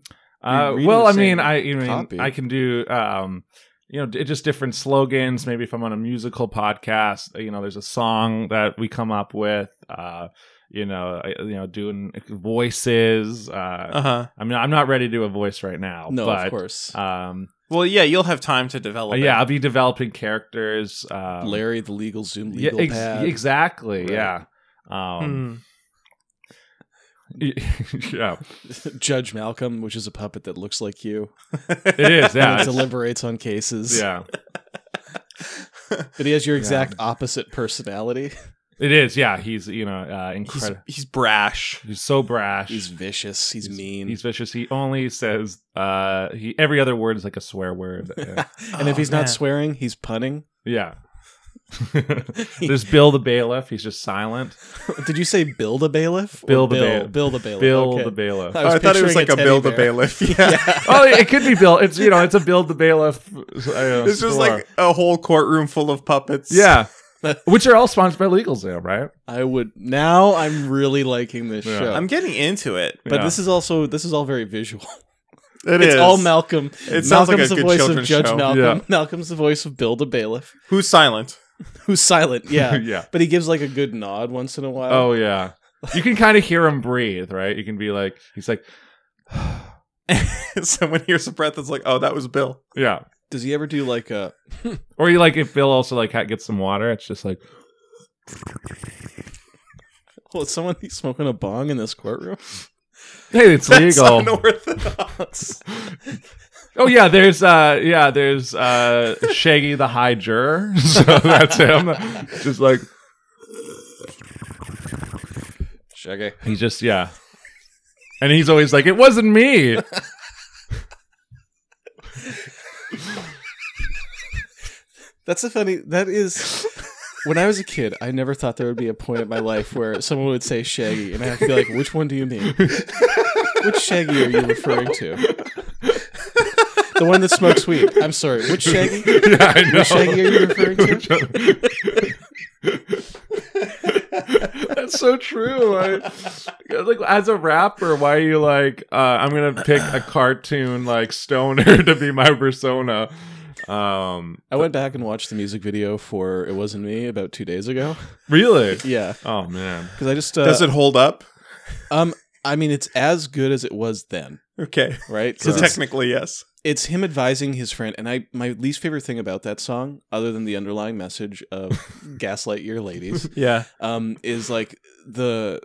[SPEAKER 3] Uh,
[SPEAKER 2] reading
[SPEAKER 3] well,
[SPEAKER 2] the
[SPEAKER 3] I mean,
[SPEAKER 2] same
[SPEAKER 3] I, I mean,
[SPEAKER 2] copy.
[SPEAKER 3] I can do, um, you know, d- just different slogans. Maybe if I'm on a musical podcast, you know, there's a song that we come up with. Uh, you know, I- you know, doing voices. Uh,
[SPEAKER 1] uh-huh
[SPEAKER 3] I mean, I'm not ready to do a voice right now.
[SPEAKER 2] No,
[SPEAKER 3] Oh, but,
[SPEAKER 2] of course.
[SPEAKER 3] Um, uh,
[SPEAKER 1] well yeah you'll have time to develop
[SPEAKER 2] Uh,
[SPEAKER 1] it.
[SPEAKER 3] yeah, I'll be developing characters. Um,
[SPEAKER 2] Larry the LegalZoom
[SPEAKER 3] yeah,
[SPEAKER 2] legal
[SPEAKER 3] ex-
[SPEAKER 2] pad.
[SPEAKER 3] exactly.
[SPEAKER 2] Right.
[SPEAKER 3] Yeah. Um,
[SPEAKER 1] Hmm.
[SPEAKER 2] Hmm.
[SPEAKER 3] yeah,
[SPEAKER 2] Judge Malcolm, which is a puppet that looks like you.
[SPEAKER 3] it is. Yeah,
[SPEAKER 2] and it
[SPEAKER 3] it's-
[SPEAKER 2] deliberates on cases.
[SPEAKER 3] yeah,
[SPEAKER 2] But he has your
[SPEAKER 3] Yeah.
[SPEAKER 2] exact opposite personality.
[SPEAKER 3] it is. Yeah, he's you know uh,
[SPEAKER 1] he's,
[SPEAKER 3] incredible.
[SPEAKER 1] he's brash
[SPEAKER 3] He's so brash.
[SPEAKER 2] He's vicious. He's, mean.
[SPEAKER 3] He's vicious. He only says uh he every other word is like a swear word. Yeah.
[SPEAKER 2] and if
[SPEAKER 1] Oh,
[SPEAKER 2] he's
[SPEAKER 1] man.
[SPEAKER 2] not swearing, he's punning.
[SPEAKER 3] yeah. There's Bill the bailiff. He's just silent.
[SPEAKER 2] Did you say build a bailiff? or
[SPEAKER 3] Bill the bailiff.
[SPEAKER 2] Bill the bailiff.
[SPEAKER 3] Bill
[SPEAKER 2] okay.
[SPEAKER 3] the bailiff.
[SPEAKER 2] I
[SPEAKER 1] Oh, I,
[SPEAKER 2] was
[SPEAKER 1] thought it was
[SPEAKER 2] picturing
[SPEAKER 1] like
[SPEAKER 2] a
[SPEAKER 1] a
[SPEAKER 2] teddy
[SPEAKER 1] build a
[SPEAKER 2] bear.
[SPEAKER 1] bailiff yeah,
[SPEAKER 3] oh, it could be Bill. It's you know, it's a Bill the bailiff. uh,
[SPEAKER 1] it's just
[SPEAKER 3] store.
[SPEAKER 1] like a whole courtroom full of puppets
[SPEAKER 3] yeah, which are all sponsored by LegalZoom, right?
[SPEAKER 2] I would now. I'm really liking this
[SPEAKER 3] Yeah.
[SPEAKER 2] show.
[SPEAKER 1] i'm getting into it
[SPEAKER 2] but
[SPEAKER 3] Yeah.
[SPEAKER 2] this is also this is all very visual.
[SPEAKER 1] It
[SPEAKER 2] it's
[SPEAKER 1] is.
[SPEAKER 2] all Malcolm.
[SPEAKER 1] It sounds like a
[SPEAKER 2] Malcolm's the
[SPEAKER 1] good
[SPEAKER 2] voice of
[SPEAKER 1] children's
[SPEAKER 2] Judge
[SPEAKER 1] show.
[SPEAKER 2] Malcolm.
[SPEAKER 3] Yeah.
[SPEAKER 2] Malcolm's the voice of Bill the bailiff,
[SPEAKER 1] who's silent
[SPEAKER 2] who's silent. Yeah,
[SPEAKER 3] yeah.
[SPEAKER 2] but he gives like a good nod once in a while.
[SPEAKER 3] Oh yeah. You can kind of hear him breathe, right? You can be like, he's like,
[SPEAKER 1] someone hears a breath it's like oh that was bill
[SPEAKER 3] yeah.
[SPEAKER 2] does he ever do like a?
[SPEAKER 3] Or you like if Bill also like ha- gets some water, it's just like,
[SPEAKER 2] Well, is someone he's smoking a bong in this courtroom.
[SPEAKER 3] hey, it's
[SPEAKER 1] That's
[SPEAKER 3] legal.
[SPEAKER 1] unorthodox.
[SPEAKER 3] Oh yeah, there's uh yeah, there's uh Shaggy the High Juror. So that's him. Just like
[SPEAKER 2] Shaggy.
[SPEAKER 3] he's just yeah. And he's always like, It wasn't me.
[SPEAKER 2] That's a funny. That is. When I was a kid, I never thought there would be a point in my life where someone would say Shaggy, and I have to be like, "Which one do you mean? Which Shaggy are you referring to? The one that smokes weed? I'm sorry. Which Shaggy?
[SPEAKER 3] yeah, I know.
[SPEAKER 2] Which Shaggy are you referring to?
[SPEAKER 3] That's so true. I, like as a rapper, why are you like uh, I'm gonna pick a cartoon like stoner to be my persona? Um
[SPEAKER 2] I went back and watched the music video for "It Wasn't Me" about two days ago.
[SPEAKER 3] really?
[SPEAKER 2] Yeah,
[SPEAKER 3] Oh man.
[SPEAKER 2] because I just uh,
[SPEAKER 1] Does it hold up?
[SPEAKER 2] Um, I mean, it's as good as it was then,
[SPEAKER 1] Okay.
[SPEAKER 2] right?
[SPEAKER 1] So
[SPEAKER 2] it's-
[SPEAKER 1] technically, yes.
[SPEAKER 2] it's him advising his friend and i my least favorite thing about that song other than the underlying message of gaslight your ladies
[SPEAKER 1] Yeah.
[SPEAKER 2] um is like the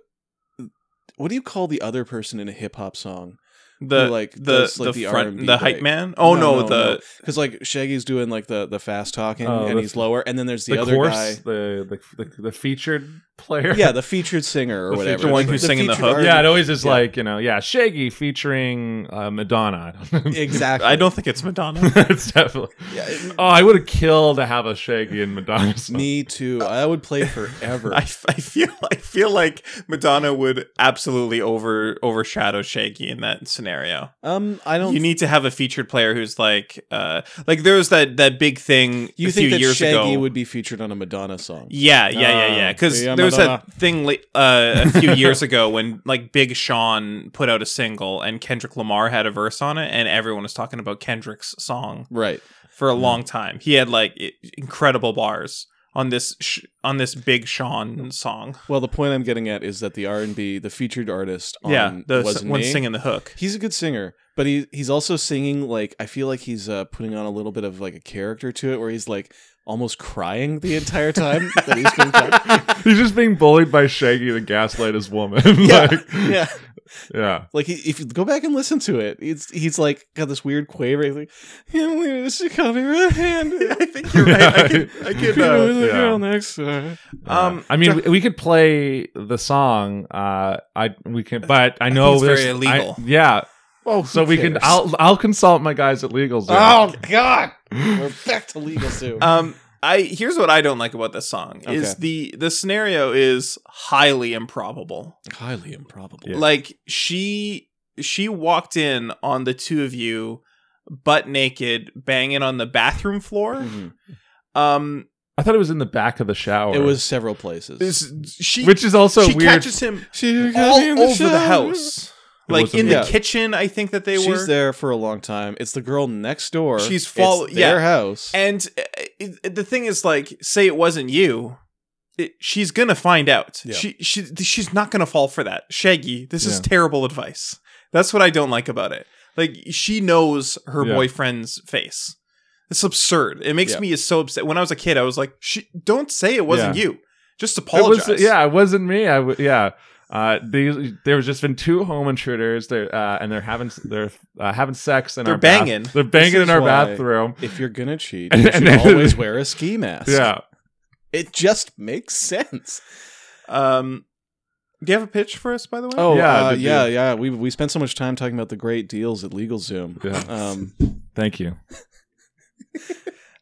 [SPEAKER 2] what do you call the other person in a hip-hop song
[SPEAKER 1] the
[SPEAKER 2] Who,
[SPEAKER 1] like
[SPEAKER 2] like,
[SPEAKER 1] the
[SPEAKER 2] does,
[SPEAKER 1] the,
[SPEAKER 2] like, the R&B
[SPEAKER 1] front the hype
[SPEAKER 2] break.
[SPEAKER 1] man. Oh no, the
[SPEAKER 2] because like Shaggy's doing like the the fast talking
[SPEAKER 3] Oh,
[SPEAKER 2] and
[SPEAKER 3] the-
[SPEAKER 2] he's lower, and then there's the,
[SPEAKER 3] the
[SPEAKER 2] other
[SPEAKER 3] course,
[SPEAKER 2] guy,
[SPEAKER 3] the, the the the featured player.
[SPEAKER 2] yeah, the featured singer or
[SPEAKER 3] The
[SPEAKER 2] whatever,
[SPEAKER 3] featured- the one
[SPEAKER 1] who's singing the
[SPEAKER 2] featured
[SPEAKER 1] hook?
[SPEAKER 2] artist.
[SPEAKER 3] yeah. It always is
[SPEAKER 2] Yeah.
[SPEAKER 3] like you know, yeah, Shaggy featuring uh, Madonna.
[SPEAKER 2] exactly.
[SPEAKER 1] I don't think it's Madonna.
[SPEAKER 3] it's definitely.
[SPEAKER 2] Yeah, it-
[SPEAKER 3] Oh, I would have killed to have a Shaggy and Madonna. Song.
[SPEAKER 2] Me too. I would play forever.
[SPEAKER 1] I, f- I feel I feel like Madonna would absolutely over overshadow Shaggy in that scenario.
[SPEAKER 2] um, I don't.
[SPEAKER 1] You need to have a featured player who's like uh like there was that that big thing
[SPEAKER 2] you
[SPEAKER 1] a
[SPEAKER 2] think
[SPEAKER 1] few
[SPEAKER 2] that
[SPEAKER 1] years
[SPEAKER 2] Shaggy
[SPEAKER 1] ago.
[SPEAKER 2] would be featured on a Madonna song?
[SPEAKER 1] yeah, yeah, yeah, yeah. Because
[SPEAKER 2] Ah, yeah,
[SPEAKER 1] there was
[SPEAKER 2] Madonna.
[SPEAKER 1] that thing la- uh, a few years ago when like Big Sean put out a single and Kendrick Lamar had a verse on it, and everyone was talking about Kendrick's song
[SPEAKER 2] Right.
[SPEAKER 1] for
[SPEAKER 2] Mm.
[SPEAKER 1] a long time. He had like i- incredible bars on this sh- on this Big Sean song.
[SPEAKER 2] Well, the point I'm getting at is that the R and B, the featured artist, on
[SPEAKER 1] yeah, the s-
[SPEAKER 2] wasn't
[SPEAKER 1] one
[SPEAKER 2] me.
[SPEAKER 1] singing the hook.
[SPEAKER 2] He's a good singer, but he he's also singing like I feel like he's uh, putting on a little bit of like a character to it, where he's like almost crying the entire time that he's being cut.
[SPEAKER 3] He's just being bullied by Shaggy to gaslight his woman.
[SPEAKER 2] Yeah,
[SPEAKER 3] like,
[SPEAKER 2] yeah.
[SPEAKER 3] yeah.
[SPEAKER 2] Like he, if you go back and listen to it, it's he's like got this weird quaver. He's like, "Yeah, we just got me with a hand.
[SPEAKER 1] I think you're right. I can, I
[SPEAKER 2] You
[SPEAKER 1] can,
[SPEAKER 2] know,
[SPEAKER 1] uh,
[SPEAKER 2] with the
[SPEAKER 3] yeah.
[SPEAKER 2] girl next to her."
[SPEAKER 1] Um,
[SPEAKER 3] Um, I mean, we, we could play the song. Uh, I we can, but I know
[SPEAKER 1] it's very
[SPEAKER 3] there's-
[SPEAKER 1] illegal.
[SPEAKER 3] I- yeah,
[SPEAKER 2] Oh,
[SPEAKER 3] so we can. I'll I'll consult my guys at Legals.
[SPEAKER 2] Oh God, we're back to legal soon.
[SPEAKER 1] um, I here's what I don't like about this song is
[SPEAKER 2] Okay.
[SPEAKER 1] the the scenario is highly improbable.
[SPEAKER 2] Highly improbable.
[SPEAKER 3] Yeah.
[SPEAKER 1] Like she she walked in on the two of you butt naked banging on the bathroom floor.
[SPEAKER 3] Mm-hmm.
[SPEAKER 2] Mhm.
[SPEAKER 1] Um,
[SPEAKER 3] I thought it was in the back of the shower.
[SPEAKER 2] It was several places.
[SPEAKER 1] this, she
[SPEAKER 3] which is also
[SPEAKER 1] she
[SPEAKER 3] weird.
[SPEAKER 1] catches him
[SPEAKER 2] she
[SPEAKER 1] all over the house,
[SPEAKER 3] It
[SPEAKER 1] like
[SPEAKER 3] wasn't
[SPEAKER 1] in
[SPEAKER 2] me.
[SPEAKER 1] the
[SPEAKER 2] Yeah.
[SPEAKER 1] kitchen. I think that they
[SPEAKER 2] She's
[SPEAKER 1] were
[SPEAKER 2] there for a long time. It's the girl next door.
[SPEAKER 1] She's follow-
[SPEAKER 2] It's their
[SPEAKER 1] yeah.
[SPEAKER 2] house.
[SPEAKER 1] And uh, it, it- the thing is, like, say it wasn't you, it, she's gonna find out.
[SPEAKER 2] Yeah.
[SPEAKER 1] She she she's not gonna fall for that. Shaggy, this is
[SPEAKER 3] Yeah.
[SPEAKER 1] terrible advice. That's what I don't like about it. Like, she knows her
[SPEAKER 3] Yeah.
[SPEAKER 1] boyfriend's face. It's absurd. It makes
[SPEAKER 2] Yeah.
[SPEAKER 1] me so upset. When I was a kid, I was like, she, "Don't say it wasn't
[SPEAKER 3] Yeah.
[SPEAKER 1] you. Just
[SPEAKER 3] It was- uh,
[SPEAKER 1] apologize."
[SPEAKER 3] yeah, it wasn't me. I w- yeah. Uh, these there's just been two home intruders. They're uh, and they're having they're uh, having sex in
[SPEAKER 1] They're
[SPEAKER 3] our bath-
[SPEAKER 1] banging.
[SPEAKER 3] They're banging
[SPEAKER 2] This
[SPEAKER 3] in
[SPEAKER 2] is
[SPEAKER 3] our
[SPEAKER 2] why-
[SPEAKER 3] bathroom.
[SPEAKER 2] if you're gonna cheat,
[SPEAKER 3] And-
[SPEAKER 2] you
[SPEAKER 3] and
[SPEAKER 2] should
[SPEAKER 3] then-
[SPEAKER 2] always wear a ski mask.
[SPEAKER 3] Yeah.
[SPEAKER 2] it just makes sense.
[SPEAKER 1] Um, do you have a pitch for us, by the way?
[SPEAKER 2] Oh
[SPEAKER 3] Yeah,
[SPEAKER 2] yeah,
[SPEAKER 3] I did
[SPEAKER 2] yeah,
[SPEAKER 3] do.
[SPEAKER 2] yeah. We we spent so much time talking about the great deals at LegalZoom.
[SPEAKER 3] Yeah.
[SPEAKER 2] Um,
[SPEAKER 3] Thank you.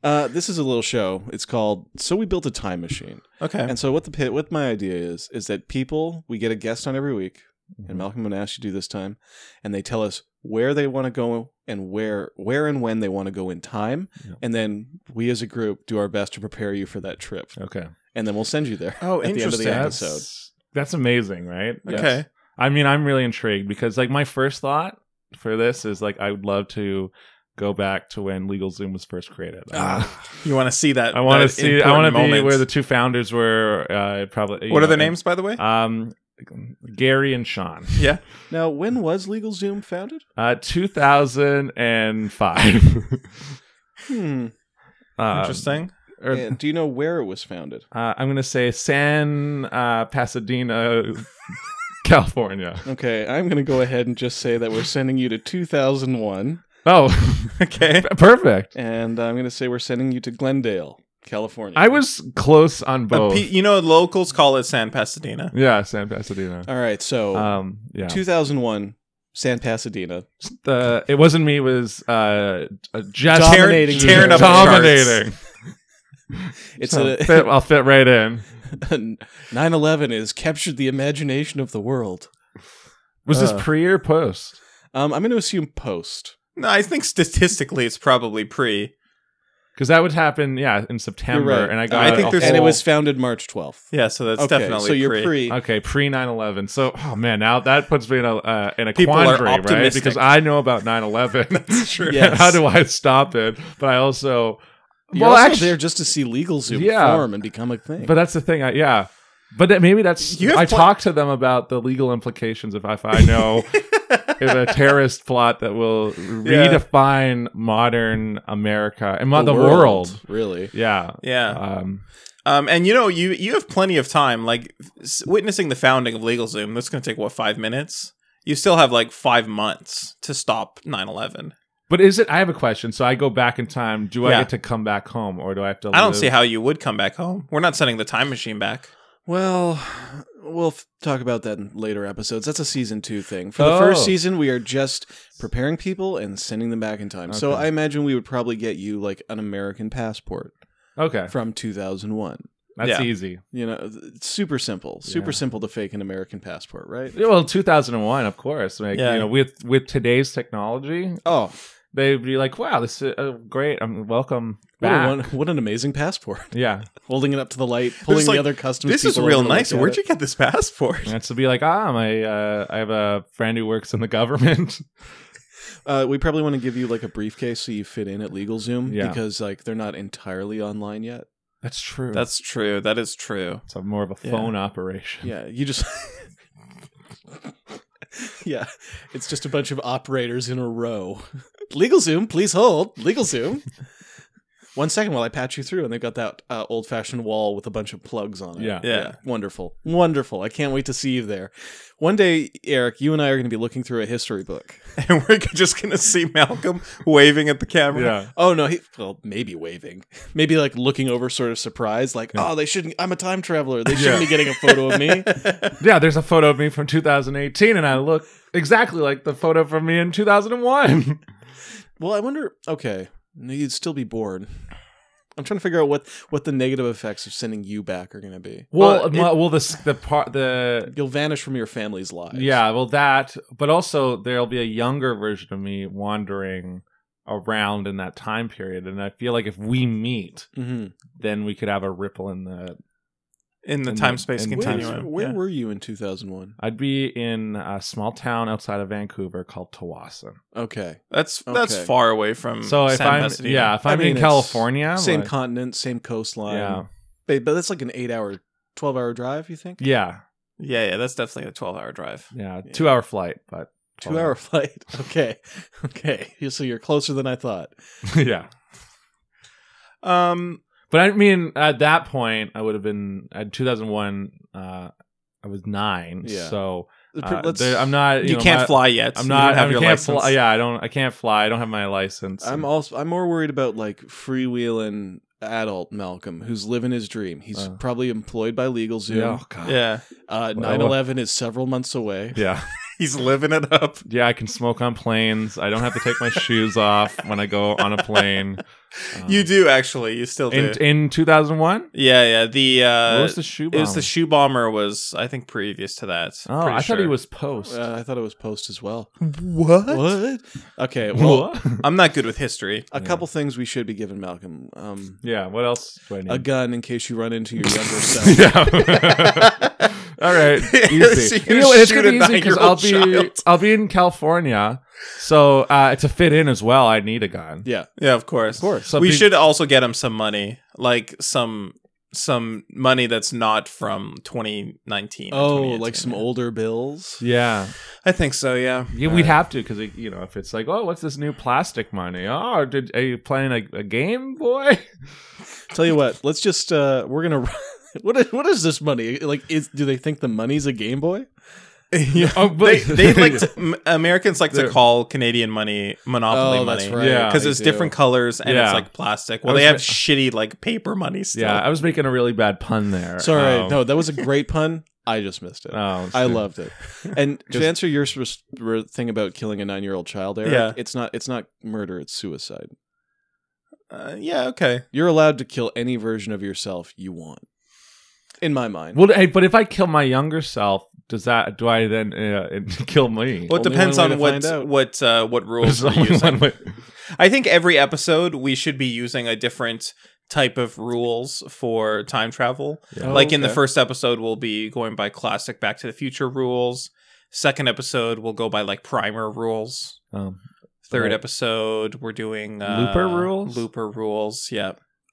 [SPEAKER 2] uh, this is a little show. It's called "So We Built a Time Machine."
[SPEAKER 1] okay.
[SPEAKER 2] And so what the pit, what my idea is is that people we get a guest on every week,
[SPEAKER 3] Mm-hmm.
[SPEAKER 2] and Malcolm and Ash should do this time, and they tell us where they want to go and where where and when they want to go in time,
[SPEAKER 3] Yeah.
[SPEAKER 2] and then we as a group do our best to prepare you for that trip,
[SPEAKER 3] Okay.
[SPEAKER 2] and then we'll send you there.
[SPEAKER 1] oh,
[SPEAKER 2] at the end of
[SPEAKER 1] interesting.
[SPEAKER 2] the episode.
[SPEAKER 3] That's, that's amazing, right?
[SPEAKER 1] Okay.
[SPEAKER 3] I mean, I'm really intrigued because like my first thought for this is like I would love to go back to when Legal Zoom was first created.
[SPEAKER 1] You want to see that?
[SPEAKER 3] I want to
[SPEAKER 1] Ah, that
[SPEAKER 3] see. I
[SPEAKER 1] important
[SPEAKER 3] want to be
[SPEAKER 1] moment.
[SPEAKER 3] where the two founders were. Uh, probably. you
[SPEAKER 1] What
[SPEAKER 3] know,
[SPEAKER 1] are their
[SPEAKER 3] and-
[SPEAKER 1] names, by the way?
[SPEAKER 3] Um, Gary and Sean.
[SPEAKER 1] yeah.
[SPEAKER 2] Now,
[SPEAKER 3] Hmm.
[SPEAKER 2] when was LegalZoom founded?
[SPEAKER 3] Uh, 2005.
[SPEAKER 2] Hmm.
[SPEAKER 3] um,
[SPEAKER 1] Interesting.
[SPEAKER 3] or-
[SPEAKER 2] And do you know where it was founded?
[SPEAKER 3] uh, I'm gonna say San uh, Pasadena, California.
[SPEAKER 2] Okay, I'm going to go ahead and just say that we're sending you to 2001,
[SPEAKER 3] Oh,
[SPEAKER 1] okay.
[SPEAKER 3] perfect.
[SPEAKER 2] and I'm going to say we're sending you to Glendale, California.
[SPEAKER 3] I was close on
[SPEAKER 1] A
[SPEAKER 3] both.
[SPEAKER 1] P- E you know, locals call it San Pasadena.
[SPEAKER 3] yeah, San Pasadena.
[SPEAKER 2] All right,
[SPEAKER 1] Oh.
[SPEAKER 2] so
[SPEAKER 3] Um, yeah.
[SPEAKER 2] 2001, San Pasadena.
[SPEAKER 3] the it wasn't me it was uh uh, just
[SPEAKER 2] Dominating
[SPEAKER 1] Tearing- tearing up the
[SPEAKER 3] dominating.
[SPEAKER 2] It's
[SPEAKER 3] So
[SPEAKER 2] a
[SPEAKER 3] fit, I'll fit right in.
[SPEAKER 2] 9/11 is captured the imagination of the world.
[SPEAKER 3] Was
[SPEAKER 2] Uh.
[SPEAKER 3] this pre or post?
[SPEAKER 2] Um, I'm going to assume post.
[SPEAKER 1] No, I think statistically it's probably pre.
[SPEAKER 3] Because that would happen, yeah, in September,
[SPEAKER 2] You're right.
[SPEAKER 3] and I
[SPEAKER 1] I
[SPEAKER 3] got.
[SPEAKER 1] think
[SPEAKER 3] a
[SPEAKER 1] there's-
[SPEAKER 2] and it
[SPEAKER 3] whole-
[SPEAKER 2] was founded March 12th.
[SPEAKER 1] Yeah, so that's
[SPEAKER 2] okay,
[SPEAKER 1] definitely
[SPEAKER 2] so you're
[SPEAKER 1] pre.
[SPEAKER 2] pre.
[SPEAKER 3] okay pre Uh, 9-11. So, oh man, now that puts me in a uh, in a
[SPEAKER 1] People are
[SPEAKER 3] quandary, right?
[SPEAKER 1] optimistic.
[SPEAKER 3] Because I know about 9-11.
[SPEAKER 1] That's true.
[SPEAKER 2] Yes.
[SPEAKER 3] How do I stop it? But I also,
[SPEAKER 2] You're
[SPEAKER 3] well,
[SPEAKER 2] also
[SPEAKER 3] actually,
[SPEAKER 2] there just to see LegalZoom
[SPEAKER 3] Yeah.
[SPEAKER 2] form and become a thing.
[SPEAKER 3] but that's the thing. I, yeah. But that, maybe that's
[SPEAKER 1] You have
[SPEAKER 3] I
[SPEAKER 1] pla-
[SPEAKER 3] talked to them about the legal implications of if I know if a terrorist plot that will redefine modern America and mo- the, world.
[SPEAKER 2] really.
[SPEAKER 3] Yeah.
[SPEAKER 1] Yeah.
[SPEAKER 3] Um,
[SPEAKER 1] Um, and you know, you you have plenty of time. Like s- witnessing the founding of LegalZoom, that's going to take what five minutes. you still have like five months to stop 9-11
[SPEAKER 3] But is it? I have a question. So I go back in time. Do I
[SPEAKER 1] Yeah.
[SPEAKER 3] get to come back home, or do I have to?
[SPEAKER 1] i don't
[SPEAKER 3] live-
[SPEAKER 1] see how you would come back home we're not sending the time machine back
[SPEAKER 2] Well, we'll f- talk about that in later episodes. That's a season two thing. For the first
[SPEAKER 3] Oh.
[SPEAKER 2] season, we are just preparing people and sending them back in time. So
[SPEAKER 3] Okay.
[SPEAKER 2] I imagine we would probably get you like an American passport
[SPEAKER 3] Okay,
[SPEAKER 2] from 2001.
[SPEAKER 3] that's
[SPEAKER 1] Yeah.
[SPEAKER 3] easy.
[SPEAKER 2] You know, th- it's super simple, super
[SPEAKER 3] Yeah.
[SPEAKER 2] simple to fake an American passport, right?
[SPEAKER 3] Yeah, Well, 2001, of course. Like,
[SPEAKER 1] Yeah.
[SPEAKER 3] You know, with with today's technology,
[SPEAKER 2] Oh,
[SPEAKER 3] they'd be like, "Wow, this is uh, great. I'm welcome
[SPEAKER 2] what, a
[SPEAKER 3] back."
[SPEAKER 2] one, what an amazing passport!
[SPEAKER 3] yeah,
[SPEAKER 2] Holding it up to the light, pulling
[SPEAKER 1] like,
[SPEAKER 2] the other customs.
[SPEAKER 1] this is
[SPEAKER 2] people
[SPEAKER 1] real
[SPEAKER 2] over to look
[SPEAKER 1] nice
[SPEAKER 2] at
[SPEAKER 1] where'd
[SPEAKER 2] it.
[SPEAKER 1] you get this passport
[SPEAKER 3] and to be like, "Ah, my uh, I have a friend who works in the government."
[SPEAKER 2] Uh, we probably want to give you like a briefcase so you fit in at LegalZoom
[SPEAKER 3] Yeah.
[SPEAKER 2] because like they're not entirely online yet.
[SPEAKER 3] that's true.
[SPEAKER 1] that's true that is true
[SPEAKER 3] it's a, more of a
[SPEAKER 2] Yeah.
[SPEAKER 3] phone operation.
[SPEAKER 2] Yeah, you just. yeah, it's just a bunch of operators in a row. LegalZoom, please hold. LegalZoom. One second while I patch you through, and they've got that uh, old fashioned wall with a bunch of plugs on it.
[SPEAKER 3] Yeah.
[SPEAKER 1] Yeah.
[SPEAKER 2] Wonderful. Wonderful. I can't wait to see you there. One day, Eric, you and I are going to be looking through a history book.
[SPEAKER 1] and we're just gonna see malcolm waving at the camera
[SPEAKER 3] yeah.
[SPEAKER 2] Oh no, he well maybe waving, maybe like looking over, sort of surprised, like
[SPEAKER 3] Yeah.
[SPEAKER 2] oh they shouldn't. I'm a time traveler. They shouldn't be getting a photo of me.
[SPEAKER 3] Yeah, there's a photo of me from 2018, and I look exactly like the photo from me in 2001.
[SPEAKER 2] well, I wonder. Okay, no, you'd still be bored. I'm trying to figure out what what the negative effects of sending you back are going to be. Oh,
[SPEAKER 3] Well,
[SPEAKER 1] Well, it-
[SPEAKER 3] well, well, the s- the part the
[SPEAKER 2] You'll vanish from your family's lives.
[SPEAKER 3] yeah, well that, but also there'll be a younger version of me wandering around in that time period, and I feel like if we meet,
[SPEAKER 2] hmm
[SPEAKER 3] then we could have a ripple in the.
[SPEAKER 1] in the
[SPEAKER 3] And-
[SPEAKER 1] time space
[SPEAKER 3] and
[SPEAKER 2] Where,
[SPEAKER 1] continuum
[SPEAKER 2] where
[SPEAKER 1] yeah.
[SPEAKER 2] were you in 2001?
[SPEAKER 3] I'd be in a small town outside of Vancouver called Tawasin.
[SPEAKER 2] Okay,
[SPEAKER 1] that's that's
[SPEAKER 2] Okay.
[SPEAKER 1] far away from
[SPEAKER 3] So if
[SPEAKER 1] San
[SPEAKER 3] I'm
[SPEAKER 1] Bernardino.
[SPEAKER 3] yeah, if
[SPEAKER 2] Hmm. I
[SPEAKER 3] I'm
[SPEAKER 2] mean,
[SPEAKER 3] in
[SPEAKER 2] it's
[SPEAKER 3] California,
[SPEAKER 2] same
[SPEAKER 3] like-
[SPEAKER 2] continent, same coastline.
[SPEAKER 3] yeah,
[SPEAKER 2] Ba- but that's like an eight hour, twelve hour drive. You think?
[SPEAKER 3] yeah,
[SPEAKER 1] yeah yeah that's definitely a 12 hour drive
[SPEAKER 3] yeah, two hour flight, but
[SPEAKER 2] Two hour flight. Okay, okay. So you're closer than I thought.
[SPEAKER 3] yeah.
[SPEAKER 1] um
[SPEAKER 3] But I mean, at that point, I would have been at 2001. Uh, I was nine,
[SPEAKER 2] Yeah.
[SPEAKER 3] so uh,
[SPEAKER 2] Let's-
[SPEAKER 3] there- I'm not.
[SPEAKER 1] you,
[SPEAKER 3] know,
[SPEAKER 1] can't
[SPEAKER 3] my-
[SPEAKER 1] fly yet
[SPEAKER 3] I'm
[SPEAKER 1] You
[SPEAKER 3] not.
[SPEAKER 1] don't have
[SPEAKER 3] I
[SPEAKER 1] your
[SPEAKER 3] can't
[SPEAKER 1] license
[SPEAKER 3] Fly, yeah, I don't. I can't fly. I don't have my license.
[SPEAKER 2] I'm also I'm more worried about like freewheeling adult Malcolm who's living his dream. He's
[SPEAKER 3] Uh.
[SPEAKER 2] probably employed by
[SPEAKER 3] yeah,
[SPEAKER 2] LegalZoom.
[SPEAKER 3] oh, God. yeah,
[SPEAKER 1] yeah
[SPEAKER 2] Uh
[SPEAKER 3] Well,
[SPEAKER 2] 9/11 is several months away.
[SPEAKER 3] yeah,
[SPEAKER 1] he's living it up
[SPEAKER 3] yeah. I can smoke on planes. I don't have to take my shoes off when I go on a plane. Um,
[SPEAKER 1] you do actually. You still do.
[SPEAKER 3] in in 2001.
[SPEAKER 1] yeah, yeah. The uh,
[SPEAKER 3] what was the shoe?
[SPEAKER 1] it was the
[SPEAKER 3] bomb?
[SPEAKER 1] shoe bomber was I think previous to that.
[SPEAKER 3] Oh,
[SPEAKER 1] Pretty
[SPEAKER 3] I thought he
[SPEAKER 1] sure.
[SPEAKER 3] was post.
[SPEAKER 2] Uh, I thought it was post as well.
[SPEAKER 1] what?
[SPEAKER 2] What? Okay, well,
[SPEAKER 1] I'm not good with history.
[SPEAKER 2] a couple things we should be giving Malcolm. Um
[SPEAKER 3] yeah. What else do I
[SPEAKER 2] a
[SPEAKER 3] need?
[SPEAKER 2] gun in case you run into your younger self.
[SPEAKER 3] yeah. All right.
[SPEAKER 1] So
[SPEAKER 3] Easy.
[SPEAKER 1] you're
[SPEAKER 3] You know what, It's
[SPEAKER 1] gonna
[SPEAKER 3] gonna be
[SPEAKER 1] shoot a
[SPEAKER 3] easy because I'll be
[SPEAKER 1] nine-year-old child.
[SPEAKER 3] I'll be in California, so uh, to fit in as well, I need a gun.
[SPEAKER 2] Yeah,
[SPEAKER 1] Yeah, of course.
[SPEAKER 2] of course.
[SPEAKER 3] So
[SPEAKER 1] we
[SPEAKER 3] be-
[SPEAKER 1] should also get him some money, like some some money that's not from 2019. or
[SPEAKER 2] Oh,
[SPEAKER 1] 2018,
[SPEAKER 2] like some
[SPEAKER 1] yeah.
[SPEAKER 2] older bills.
[SPEAKER 3] Yeah,
[SPEAKER 1] I think so. Yeah.
[SPEAKER 3] yeah we'd have to because you know if it's like, oh, what's this new plastic money? Oh, did are you playing a, a Game Boy?
[SPEAKER 2] Tell you what, let's just uh we're going to What is, what is this money? Like is do they think the money's a Game Boy?
[SPEAKER 1] yeah.
[SPEAKER 3] Oh,
[SPEAKER 1] They,
[SPEAKER 3] but-
[SPEAKER 1] they like to, m- Americans like to
[SPEAKER 3] They're-
[SPEAKER 1] call Canadian money monopoly
[SPEAKER 2] oh,
[SPEAKER 1] money.
[SPEAKER 2] that's right.
[SPEAKER 3] Yeah.
[SPEAKER 1] because
[SPEAKER 2] they
[SPEAKER 1] it's
[SPEAKER 2] do.
[SPEAKER 1] different colors and
[SPEAKER 3] Yeah.
[SPEAKER 1] it's like plastic. Well,
[SPEAKER 3] I was
[SPEAKER 1] they have
[SPEAKER 3] ma-
[SPEAKER 1] shitty like paper money still.
[SPEAKER 3] yeah, I was making a really bad pun there.
[SPEAKER 2] Sorry,
[SPEAKER 3] Um,
[SPEAKER 2] no, that was a great pun. I just missed it.
[SPEAKER 3] oh,
[SPEAKER 2] I
[SPEAKER 3] shit.
[SPEAKER 2] loved it. And to
[SPEAKER 3] Just-
[SPEAKER 2] answer your s- r- thing about killing a nine-year-old child, Eric,
[SPEAKER 1] Yeah.
[SPEAKER 2] it's not it's not murder; it's suicide.
[SPEAKER 1] Uh, yeah. Okay.
[SPEAKER 2] You're allowed to kill any version of yourself you want. In my mind,
[SPEAKER 3] Well, hey, but if I kill my younger self, does that do I then uh, kill me?
[SPEAKER 1] Well, it
[SPEAKER 2] Only
[SPEAKER 1] depends
[SPEAKER 2] one way
[SPEAKER 1] on what
[SPEAKER 2] to find out.
[SPEAKER 1] what uh, what rules
[SPEAKER 3] There's
[SPEAKER 1] we're
[SPEAKER 3] only
[SPEAKER 1] using.
[SPEAKER 3] one way-
[SPEAKER 1] I think every episode we should be using a different type of rules for time travel.
[SPEAKER 3] Yeah.
[SPEAKER 1] like in the
[SPEAKER 2] okay.
[SPEAKER 1] first episode, we'll be going by classic Back to the Future rules. Second episode, we'll go by like primer rules.
[SPEAKER 3] Um,
[SPEAKER 1] Third
[SPEAKER 3] Right.
[SPEAKER 1] episode, we're doing uh,
[SPEAKER 3] Looper rules?
[SPEAKER 1] Looper rules. Yeah.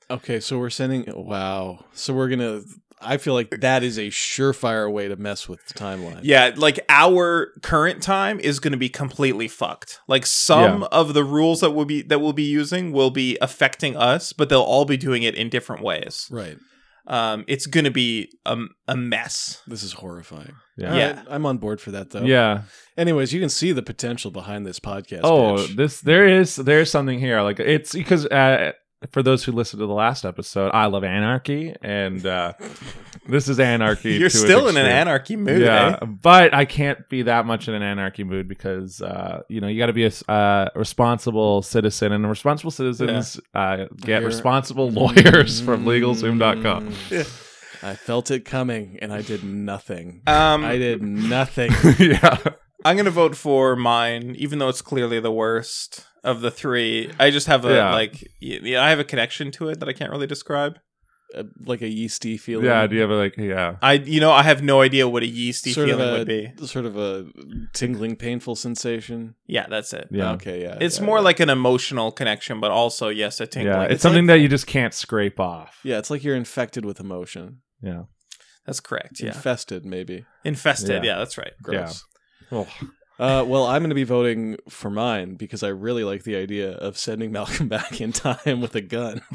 [SPEAKER 2] okay. So we're sending. Wow. So we're gonna. I feel like that is a surefire way to mess with the timeline.
[SPEAKER 1] Yeah, like our current time is going to be completely fucked. Like some of the rules that we'll be that we'll be using will be affecting us, but they'll all be doing it in different ways.
[SPEAKER 2] Right.
[SPEAKER 1] Um, it's going to be a, a mess.
[SPEAKER 2] This is horrifying.
[SPEAKER 3] Yeah.
[SPEAKER 2] All
[SPEAKER 1] Yeah.
[SPEAKER 2] right, I'm on board for that
[SPEAKER 1] Oh,
[SPEAKER 2] though.
[SPEAKER 3] yeah.
[SPEAKER 2] Anyways, you can see the potential behind this podcast.
[SPEAKER 3] Oh,
[SPEAKER 2] Mitch.
[SPEAKER 3] this there is there is something here. Like it's because uh, for those who listened to the last episode, I love anarchy, and uh, this is anarchy.
[SPEAKER 1] You're
[SPEAKER 3] to
[SPEAKER 1] still in an
[SPEAKER 3] extreme.
[SPEAKER 1] anarchy mood.
[SPEAKER 3] Yeah,
[SPEAKER 1] eh?
[SPEAKER 3] but I can't be that much in an anarchy mood because uh, you know you got to be a s- uh, responsible citizen, and responsible citizens uh, get
[SPEAKER 2] You're-
[SPEAKER 3] responsible lawyers from LegalZoom.com.
[SPEAKER 2] Mm. I felt it coming, and I did nothing.
[SPEAKER 1] Um,
[SPEAKER 2] I did nothing.
[SPEAKER 3] yeah,
[SPEAKER 1] I'm gonna vote for mine, even though it's clearly the worst of the three. I just have a
[SPEAKER 3] Yeah.
[SPEAKER 1] like, y- yeah, I have a connection to it that I can't really describe.
[SPEAKER 2] Uh, like a yeasty feeling.
[SPEAKER 3] yeah. Do you have a, like yeah?
[SPEAKER 1] I, you know, I have no idea what a yeasty
[SPEAKER 2] sort
[SPEAKER 1] feeling
[SPEAKER 2] of a,
[SPEAKER 1] would be.
[SPEAKER 2] Sort of a tingling, painful sensation.
[SPEAKER 1] Yeah, that's it.
[SPEAKER 3] Yeah.
[SPEAKER 2] Okay. Yeah.
[SPEAKER 1] It's
[SPEAKER 2] yeah,
[SPEAKER 1] more
[SPEAKER 2] yeah.
[SPEAKER 1] like an emotional connection, but also yes, a tingling.
[SPEAKER 3] Yeah, it's,
[SPEAKER 2] It's
[SPEAKER 3] something
[SPEAKER 2] like-
[SPEAKER 3] that you just can't scrape off.
[SPEAKER 2] Yeah, it's like you're infected with emotion.
[SPEAKER 3] Yeah.
[SPEAKER 1] that's correct. Yeah,
[SPEAKER 2] Infested, maybe.
[SPEAKER 1] infested.
[SPEAKER 3] Yeah.
[SPEAKER 1] Yeah. that's right.
[SPEAKER 2] Gross.
[SPEAKER 3] Oh.
[SPEAKER 2] Uh, well, I'm going to be voting for mine because I really like the idea of sending Malcolm back in time with a gun.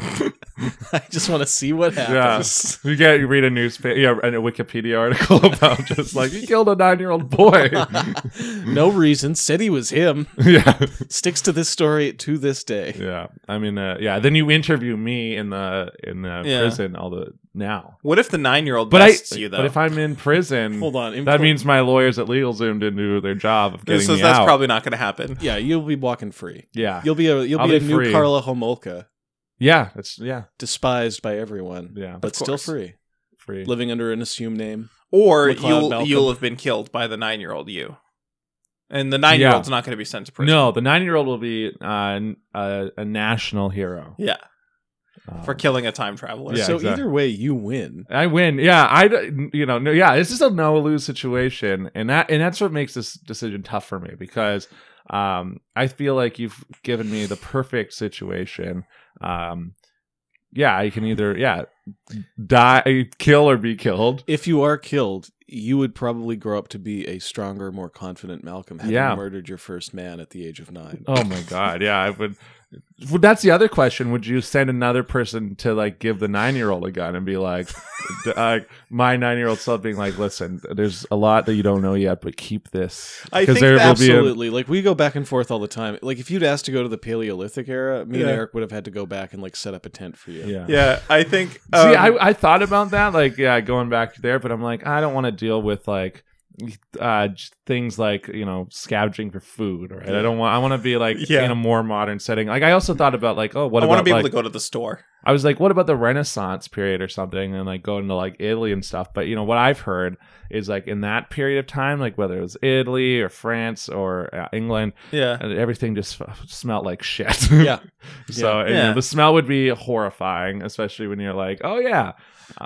[SPEAKER 2] I just want to see what happens.
[SPEAKER 3] You get you read a newspaper, yeah, and a Wikipedia article about just like he killed a nine-year-old boy.
[SPEAKER 2] no reason. Said he was him.
[SPEAKER 3] yeah,
[SPEAKER 2] Sticks to this story to this day.
[SPEAKER 3] yeah. I mean, uh, yeah. Then you interview me in the in the
[SPEAKER 1] Yeah.
[SPEAKER 3] prison. All the now,
[SPEAKER 1] What if the nine year old
[SPEAKER 3] but I.
[SPEAKER 1] bests you though?
[SPEAKER 3] But if I'm in prison,
[SPEAKER 2] Hold on. import-
[SPEAKER 3] that means my lawyers at LegalZoom didn't do their job of getting
[SPEAKER 1] so
[SPEAKER 3] me
[SPEAKER 1] that's
[SPEAKER 3] out.
[SPEAKER 1] probably not gonna happen.
[SPEAKER 2] yeah, you'll be walking free.
[SPEAKER 3] yeah,
[SPEAKER 2] You'll be a you'll
[SPEAKER 3] I'll
[SPEAKER 2] be, a
[SPEAKER 3] be
[SPEAKER 2] new
[SPEAKER 3] free.
[SPEAKER 2] Carla Homolka,
[SPEAKER 3] yeah. It's yeah,
[SPEAKER 2] despised by everyone,
[SPEAKER 3] yeah.
[SPEAKER 2] but still
[SPEAKER 1] course.
[SPEAKER 2] free,
[SPEAKER 3] Free.
[SPEAKER 2] living under an assumed name.
[SPEAKER 1] Or
[SPEAKER 2] McLeod
[SPEAKER 1] you'll
[SPEAKER 2] Malcolm.
[SPEAKER 1] you'll have been killed by the nine year old you, and the nine year old's not gonna be sent to prison.
[SPEAKER 3] No, the nine-year-old will be uh, n- a, a national hero
[SPEAKER 1] Yeah,
[SPEAKER 3] Um,
[SPEAKER 1] for killing a time traveler.
[SPEAKER 3] Yeah,
[SPEAKER 2] so
[SPEAKER 3] exactly.
[SPEAKER 2] either way, you win.
[SPEAKER 3] I win. Yeah, I d- you know, no, yeah, this is a no lose situation and that and that's what makes this decision tough for me because um I feel like you've given me the perfect situation. Um yeah, I can either yeah, die kill or be killed.
[SPEAKER 2] If you are killed, you would probably grow up to be a stronger, more confident Malcolm, having
[SPEAKER 3] Yeah.
[SPEAKER 2] murdered your first man at the age of nine.
[SPEAKER 3] Oh my god. Yeah, I would well, that's the other question. Would you send another person to like give the nine year old a gun and be like, d- uh, my nine year old self being like, listen, there's a lot that you don't know yet, but keep this.
[SPEAKER 1] I
[SPEAKER 3] 'Cause
[SPEAKER 1] think
[SPEAKER 3] there will be a-
[SPEAKER 2] Absolutely. like we go back and forth all the time. Like if you'd asked to go to the Paleolithic era, me and
[SPEAKER 1] Yeah.
[SPEAKER 2] Eric would have had to go back and like set up a tent for you.
[SPEAKER 3] Yeah.
[SPEAKER 1] Yeah, I think.
[SPEAKER 3] See,
[SPEAKER 1] um,
[SPEAKER 3] I, I thought about that, like, yeah, going back there, but I'm like, I don't want to deal with like uh j- things like you know scavenging for food right i don't want i want to be like
[SPEAKER 1] Yeah.
[SPEAKER 3] in a more modern setting like i also thought about like oh what
[SPEAKER 1] I want to
[SPEAKER 3] about
[SPEAKER 1] be able to
[SPEAKER 3] like,
[SPEAKER 1] go to the store.
[SPEAKER 3] i was like what about the renaissance period or something and like go into like italy and stuff but you know what i've heard is like in that period of time like whether it was italy or france or uh, england
[SPEAKER 1] Yeah.
[SPEAKER 3] and everything just f- smelled like shit
[SPEAKER 2] Yeah.
[SPEAKER 3] so and, you
[SPEAKER 1] Yeah.
[SPEAKER 3] know, the smell would be horrifying especially when you're like oh yeah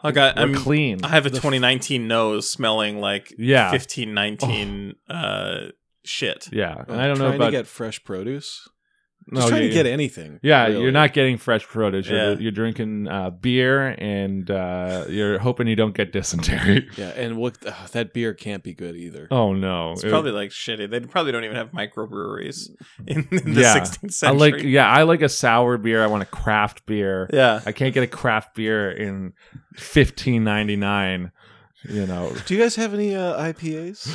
[SPEAKER 1] I got.
[SPEAKER 3] we're
[SPEAKER 1] I'm.
[SPEAKER 3] clean
[SPEAKER 1] I have a 2019 nose smelling like
[SPEAKER 3] Yeah. Oh.
[SPEAKER 1] 15, 19 uh, shit.
[SPEAKER 3] yeah.
[SPEAKER 2] Oh,
[SPEAKER 3] And I don't know
[SPEAKER 2] trying
[SPEAKER 3] about
[SPEAKER 2] to get fresh produce.
[SPEAKER 3] no,
[SPEAKER 2] Just trying
[SPEAKER 3] you-
[SPEAKER 2] to get anything.
[SPEAKER 3] Yeah,
[SPEAKER 2] really.
[SPEAKER 3] you're not getting fresh produce. You're,
[SPEAKER 1] Yeah.
[SPEAKER 3] you're drinking uh, beer and uh, you're hoping you don't get dysentery.
[SPEAKER 2] Yeah, and what ugh, that beer can't be good either.
[SPEAKER 3] Oh no.
[SPEAKER 1] It's
[SPEAKER 3] It-
[SPEAKER 1] probably like shitty. They probably don't even have microbreweries in, in the
[SPEAKER 3] Yeah.
[SPEAKER 1] 16th
[SPEAKER 3] I
[SPEAKER 1] century.
[SPEAKER 3] like yeah, I like a sour beer. I want a craft beer.
[SPEAKER 1] yeah.
[SPEAKER 3] I can't get a craft beer in 15.99, you know.
[SPEAKER 2] Do you guys have any uh, IPAs?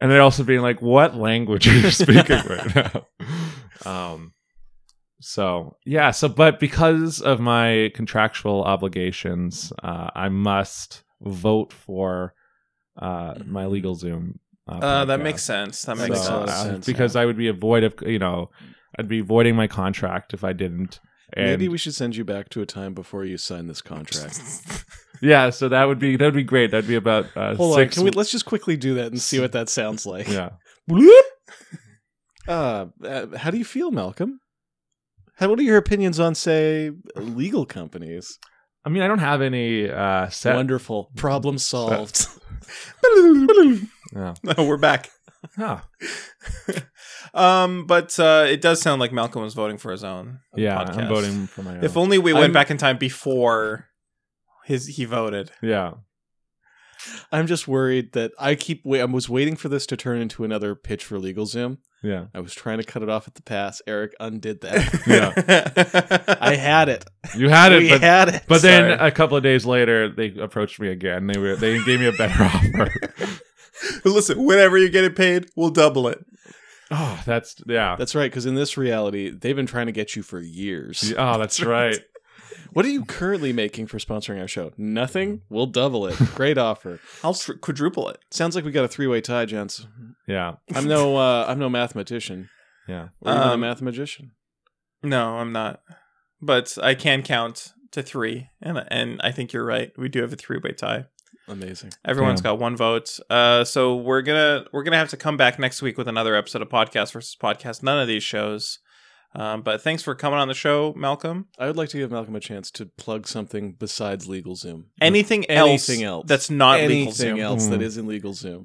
[SPEAKER 3] And they're also being like, "What language are you speaking right now?" Um, so yeah, so but because of my contractual obligations, uh, I must vote for uh, my legal Zoom. Uh,
[SPEAKER 1] Mm-hmm. Uh, that
[SPEAKER 3] podcast.
[SPEAKER 1] makes sense. That makes
[SPEAKER 2] So,
[SPEAKER 1] sense.
[SPEAKER 2] uh, sense,
[SPEAKER 3] because I would be a void of you know, I'd be voiding my contract if I didn't. And
[SPEAKER 2] Maybe we should send you back to a time before you sign this contract.
[SPEAKER 3] yeah, so that would be that would be great. That'd be about uh,
[SPEAKER 2] Hold
[SPEAKER 3] six.
[SPEAKER 2] on, can we? Let's just quickly do that and see what that sounds like.
[SPEAKER 3] yeah,
[SPEAKER 2] Bloop. Uh, uh, how do you feel, Malcolm? How, what are your opinions on, say, legal companies?
[SPEAKER 3] I mean, I don't have any uh, set.
[SPEAKER 2] Wonderful. Problem solved.
[SPEAKER 3] Yeah.
[SPEAKER 1] no, we're back.
[SPEAKER 3] Huh.
[SPEAKER 1] Um, but uh, it does sound like Malcolm was voting for his own.
[SPEAKER 3] yeah, I'm
[SPEAKER 1] podcast.
[SPEAKER 3] voting for my. Own.
[SPEAKER 1] If only we went
[SPEAKER 2] I'm-
[SPEAKER 1] back in time before his he voted.
[SPEAKER 3] yeah.
[SPEAKER 2] I'm just worried that I keep. Wait, I was waiting for this to turn into another pitch for LegalZoom.
[SPEAKER 3] Yeah.
[SPEAKER 2] I was trying to cut it off at the pass. Eric undid that.
[SPEAKER 1] Yeah.
[SPEAKER 2] I had it.
[SPEAKER 3] You had
[SPEAKER 2] we
[SPEAKER 3] it, but,
[SPEAKER 2] had it.
[SPEAKER 3] but
[SPEAKER 1] Oh, Sorry.
[SPEAKER 3] then a couple of days later, they approached me again. They were they gave me a better offer.
[SPEAKER 1] Listen, whenever you're getting paid, we'll double it.
[SPEAKER 3] Oh, that's yeah.
[SPEAKER 2] That's right, because in this reality, they've been trying to get you for years.
[SPEAKER 3] oh, that's right.
[SPEAKER 2] What are you currently making for sponsoring our show? Nothing? We'll double it. Great offer.
[SPEAKER 1] I'll tr- quadruple it.
[SPEAKER 2] Sounds like we got a three-way tie, gents.
[SPEAKER 3] Yeah.
[SPEAKER 2] I'm no, uh, I'm no mathematician.
[SPEAKER 3] Yeah.
[SPEAKER 2] Or even a
[SPEAKER 1] Um,
[SPEAKER 2] mathematician.
[SPEAKER 1] No, I'm not. But I can count to three, and and I think you're right. We do have a three way tie.
[SPEAKER 2] Amazing.
[SPEAKER 1] Everyone's
[SPEAKER 3] Yeah.
[SPEAKER 1] got one vote. Uh, so we're gonna we're gonna have to come back next week with another episode of Podcast versus Podcast. None of these shows. Um, but thanks for coming on the show, Malcolm.
[SPEAKER 2] I would like to give Malcolm a chance to plug something besides LegalZoom.
[SPEAKER 1] Anything,
[SPEAKER 2] Anything
[SPEAKER 1] else,
[SPEAKER 2] else.
[SPEAKER 1] that's not legal
[SPEAKER 2] Anything
[SPEAKER 1] Zoom.
[SPEAKER 2] else that
[SPEAKER 3] Mm.
[SPEAKER 2] isn't LegalZoom.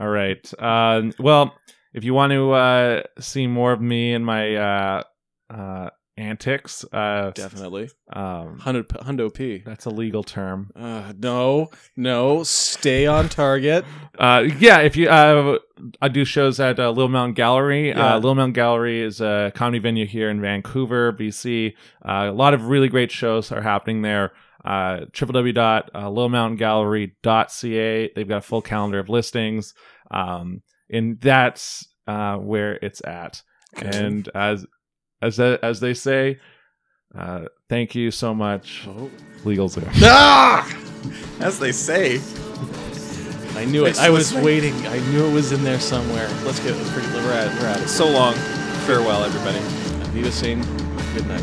[SPEAKER 3] All right. Um, well, if you want to uh, see more of me and my uh, uh, antics, uh,
[SPEAKER 2] Definitely.
[SPEAKER 3] um,
[SPEAKER 2] Hundo, hundo P.
[SPEAKER 3] that's a legal term.
[SPEAKER 2] Uh, no, no. Stay on target.
[SPEAKER 3] Uh, yeah, if you, uh, I do shows at uh, Little Mountain Gallery.
[SPEAKER 2] Yeah.
[SPEAKER 3] Uh, Little Mountain Gallery is a comedy venue here in Vancouver, BC. Uh, a lot of really great shows are happening there. Uh, www.littlemountaingallery.ca. They've got a full calendar of listings, um, and that's uh, where it's at. And as as as they say, uh, thank you so much,
[SPEAKER 2] Oh,
[SPEAKER 3] Legal Zoom.
[SPEAKER 1] Ah! As they say.
[SPEAKER 2] I knew it.
[SPEAKER 1] Thanks
[SPEAKER 2] I
[SPEAKER 1] for
[SPEAKER 2] was
[SPEAKER 1] listening.
[SPEAKER 2] waiting. I knew it was in there somewhere. Let's get Let's pretty. We're out. We're out.
[SPEAKER 1] So long. Farewell, everybody.
[SPEAKER 2] Viva Singh. Good night.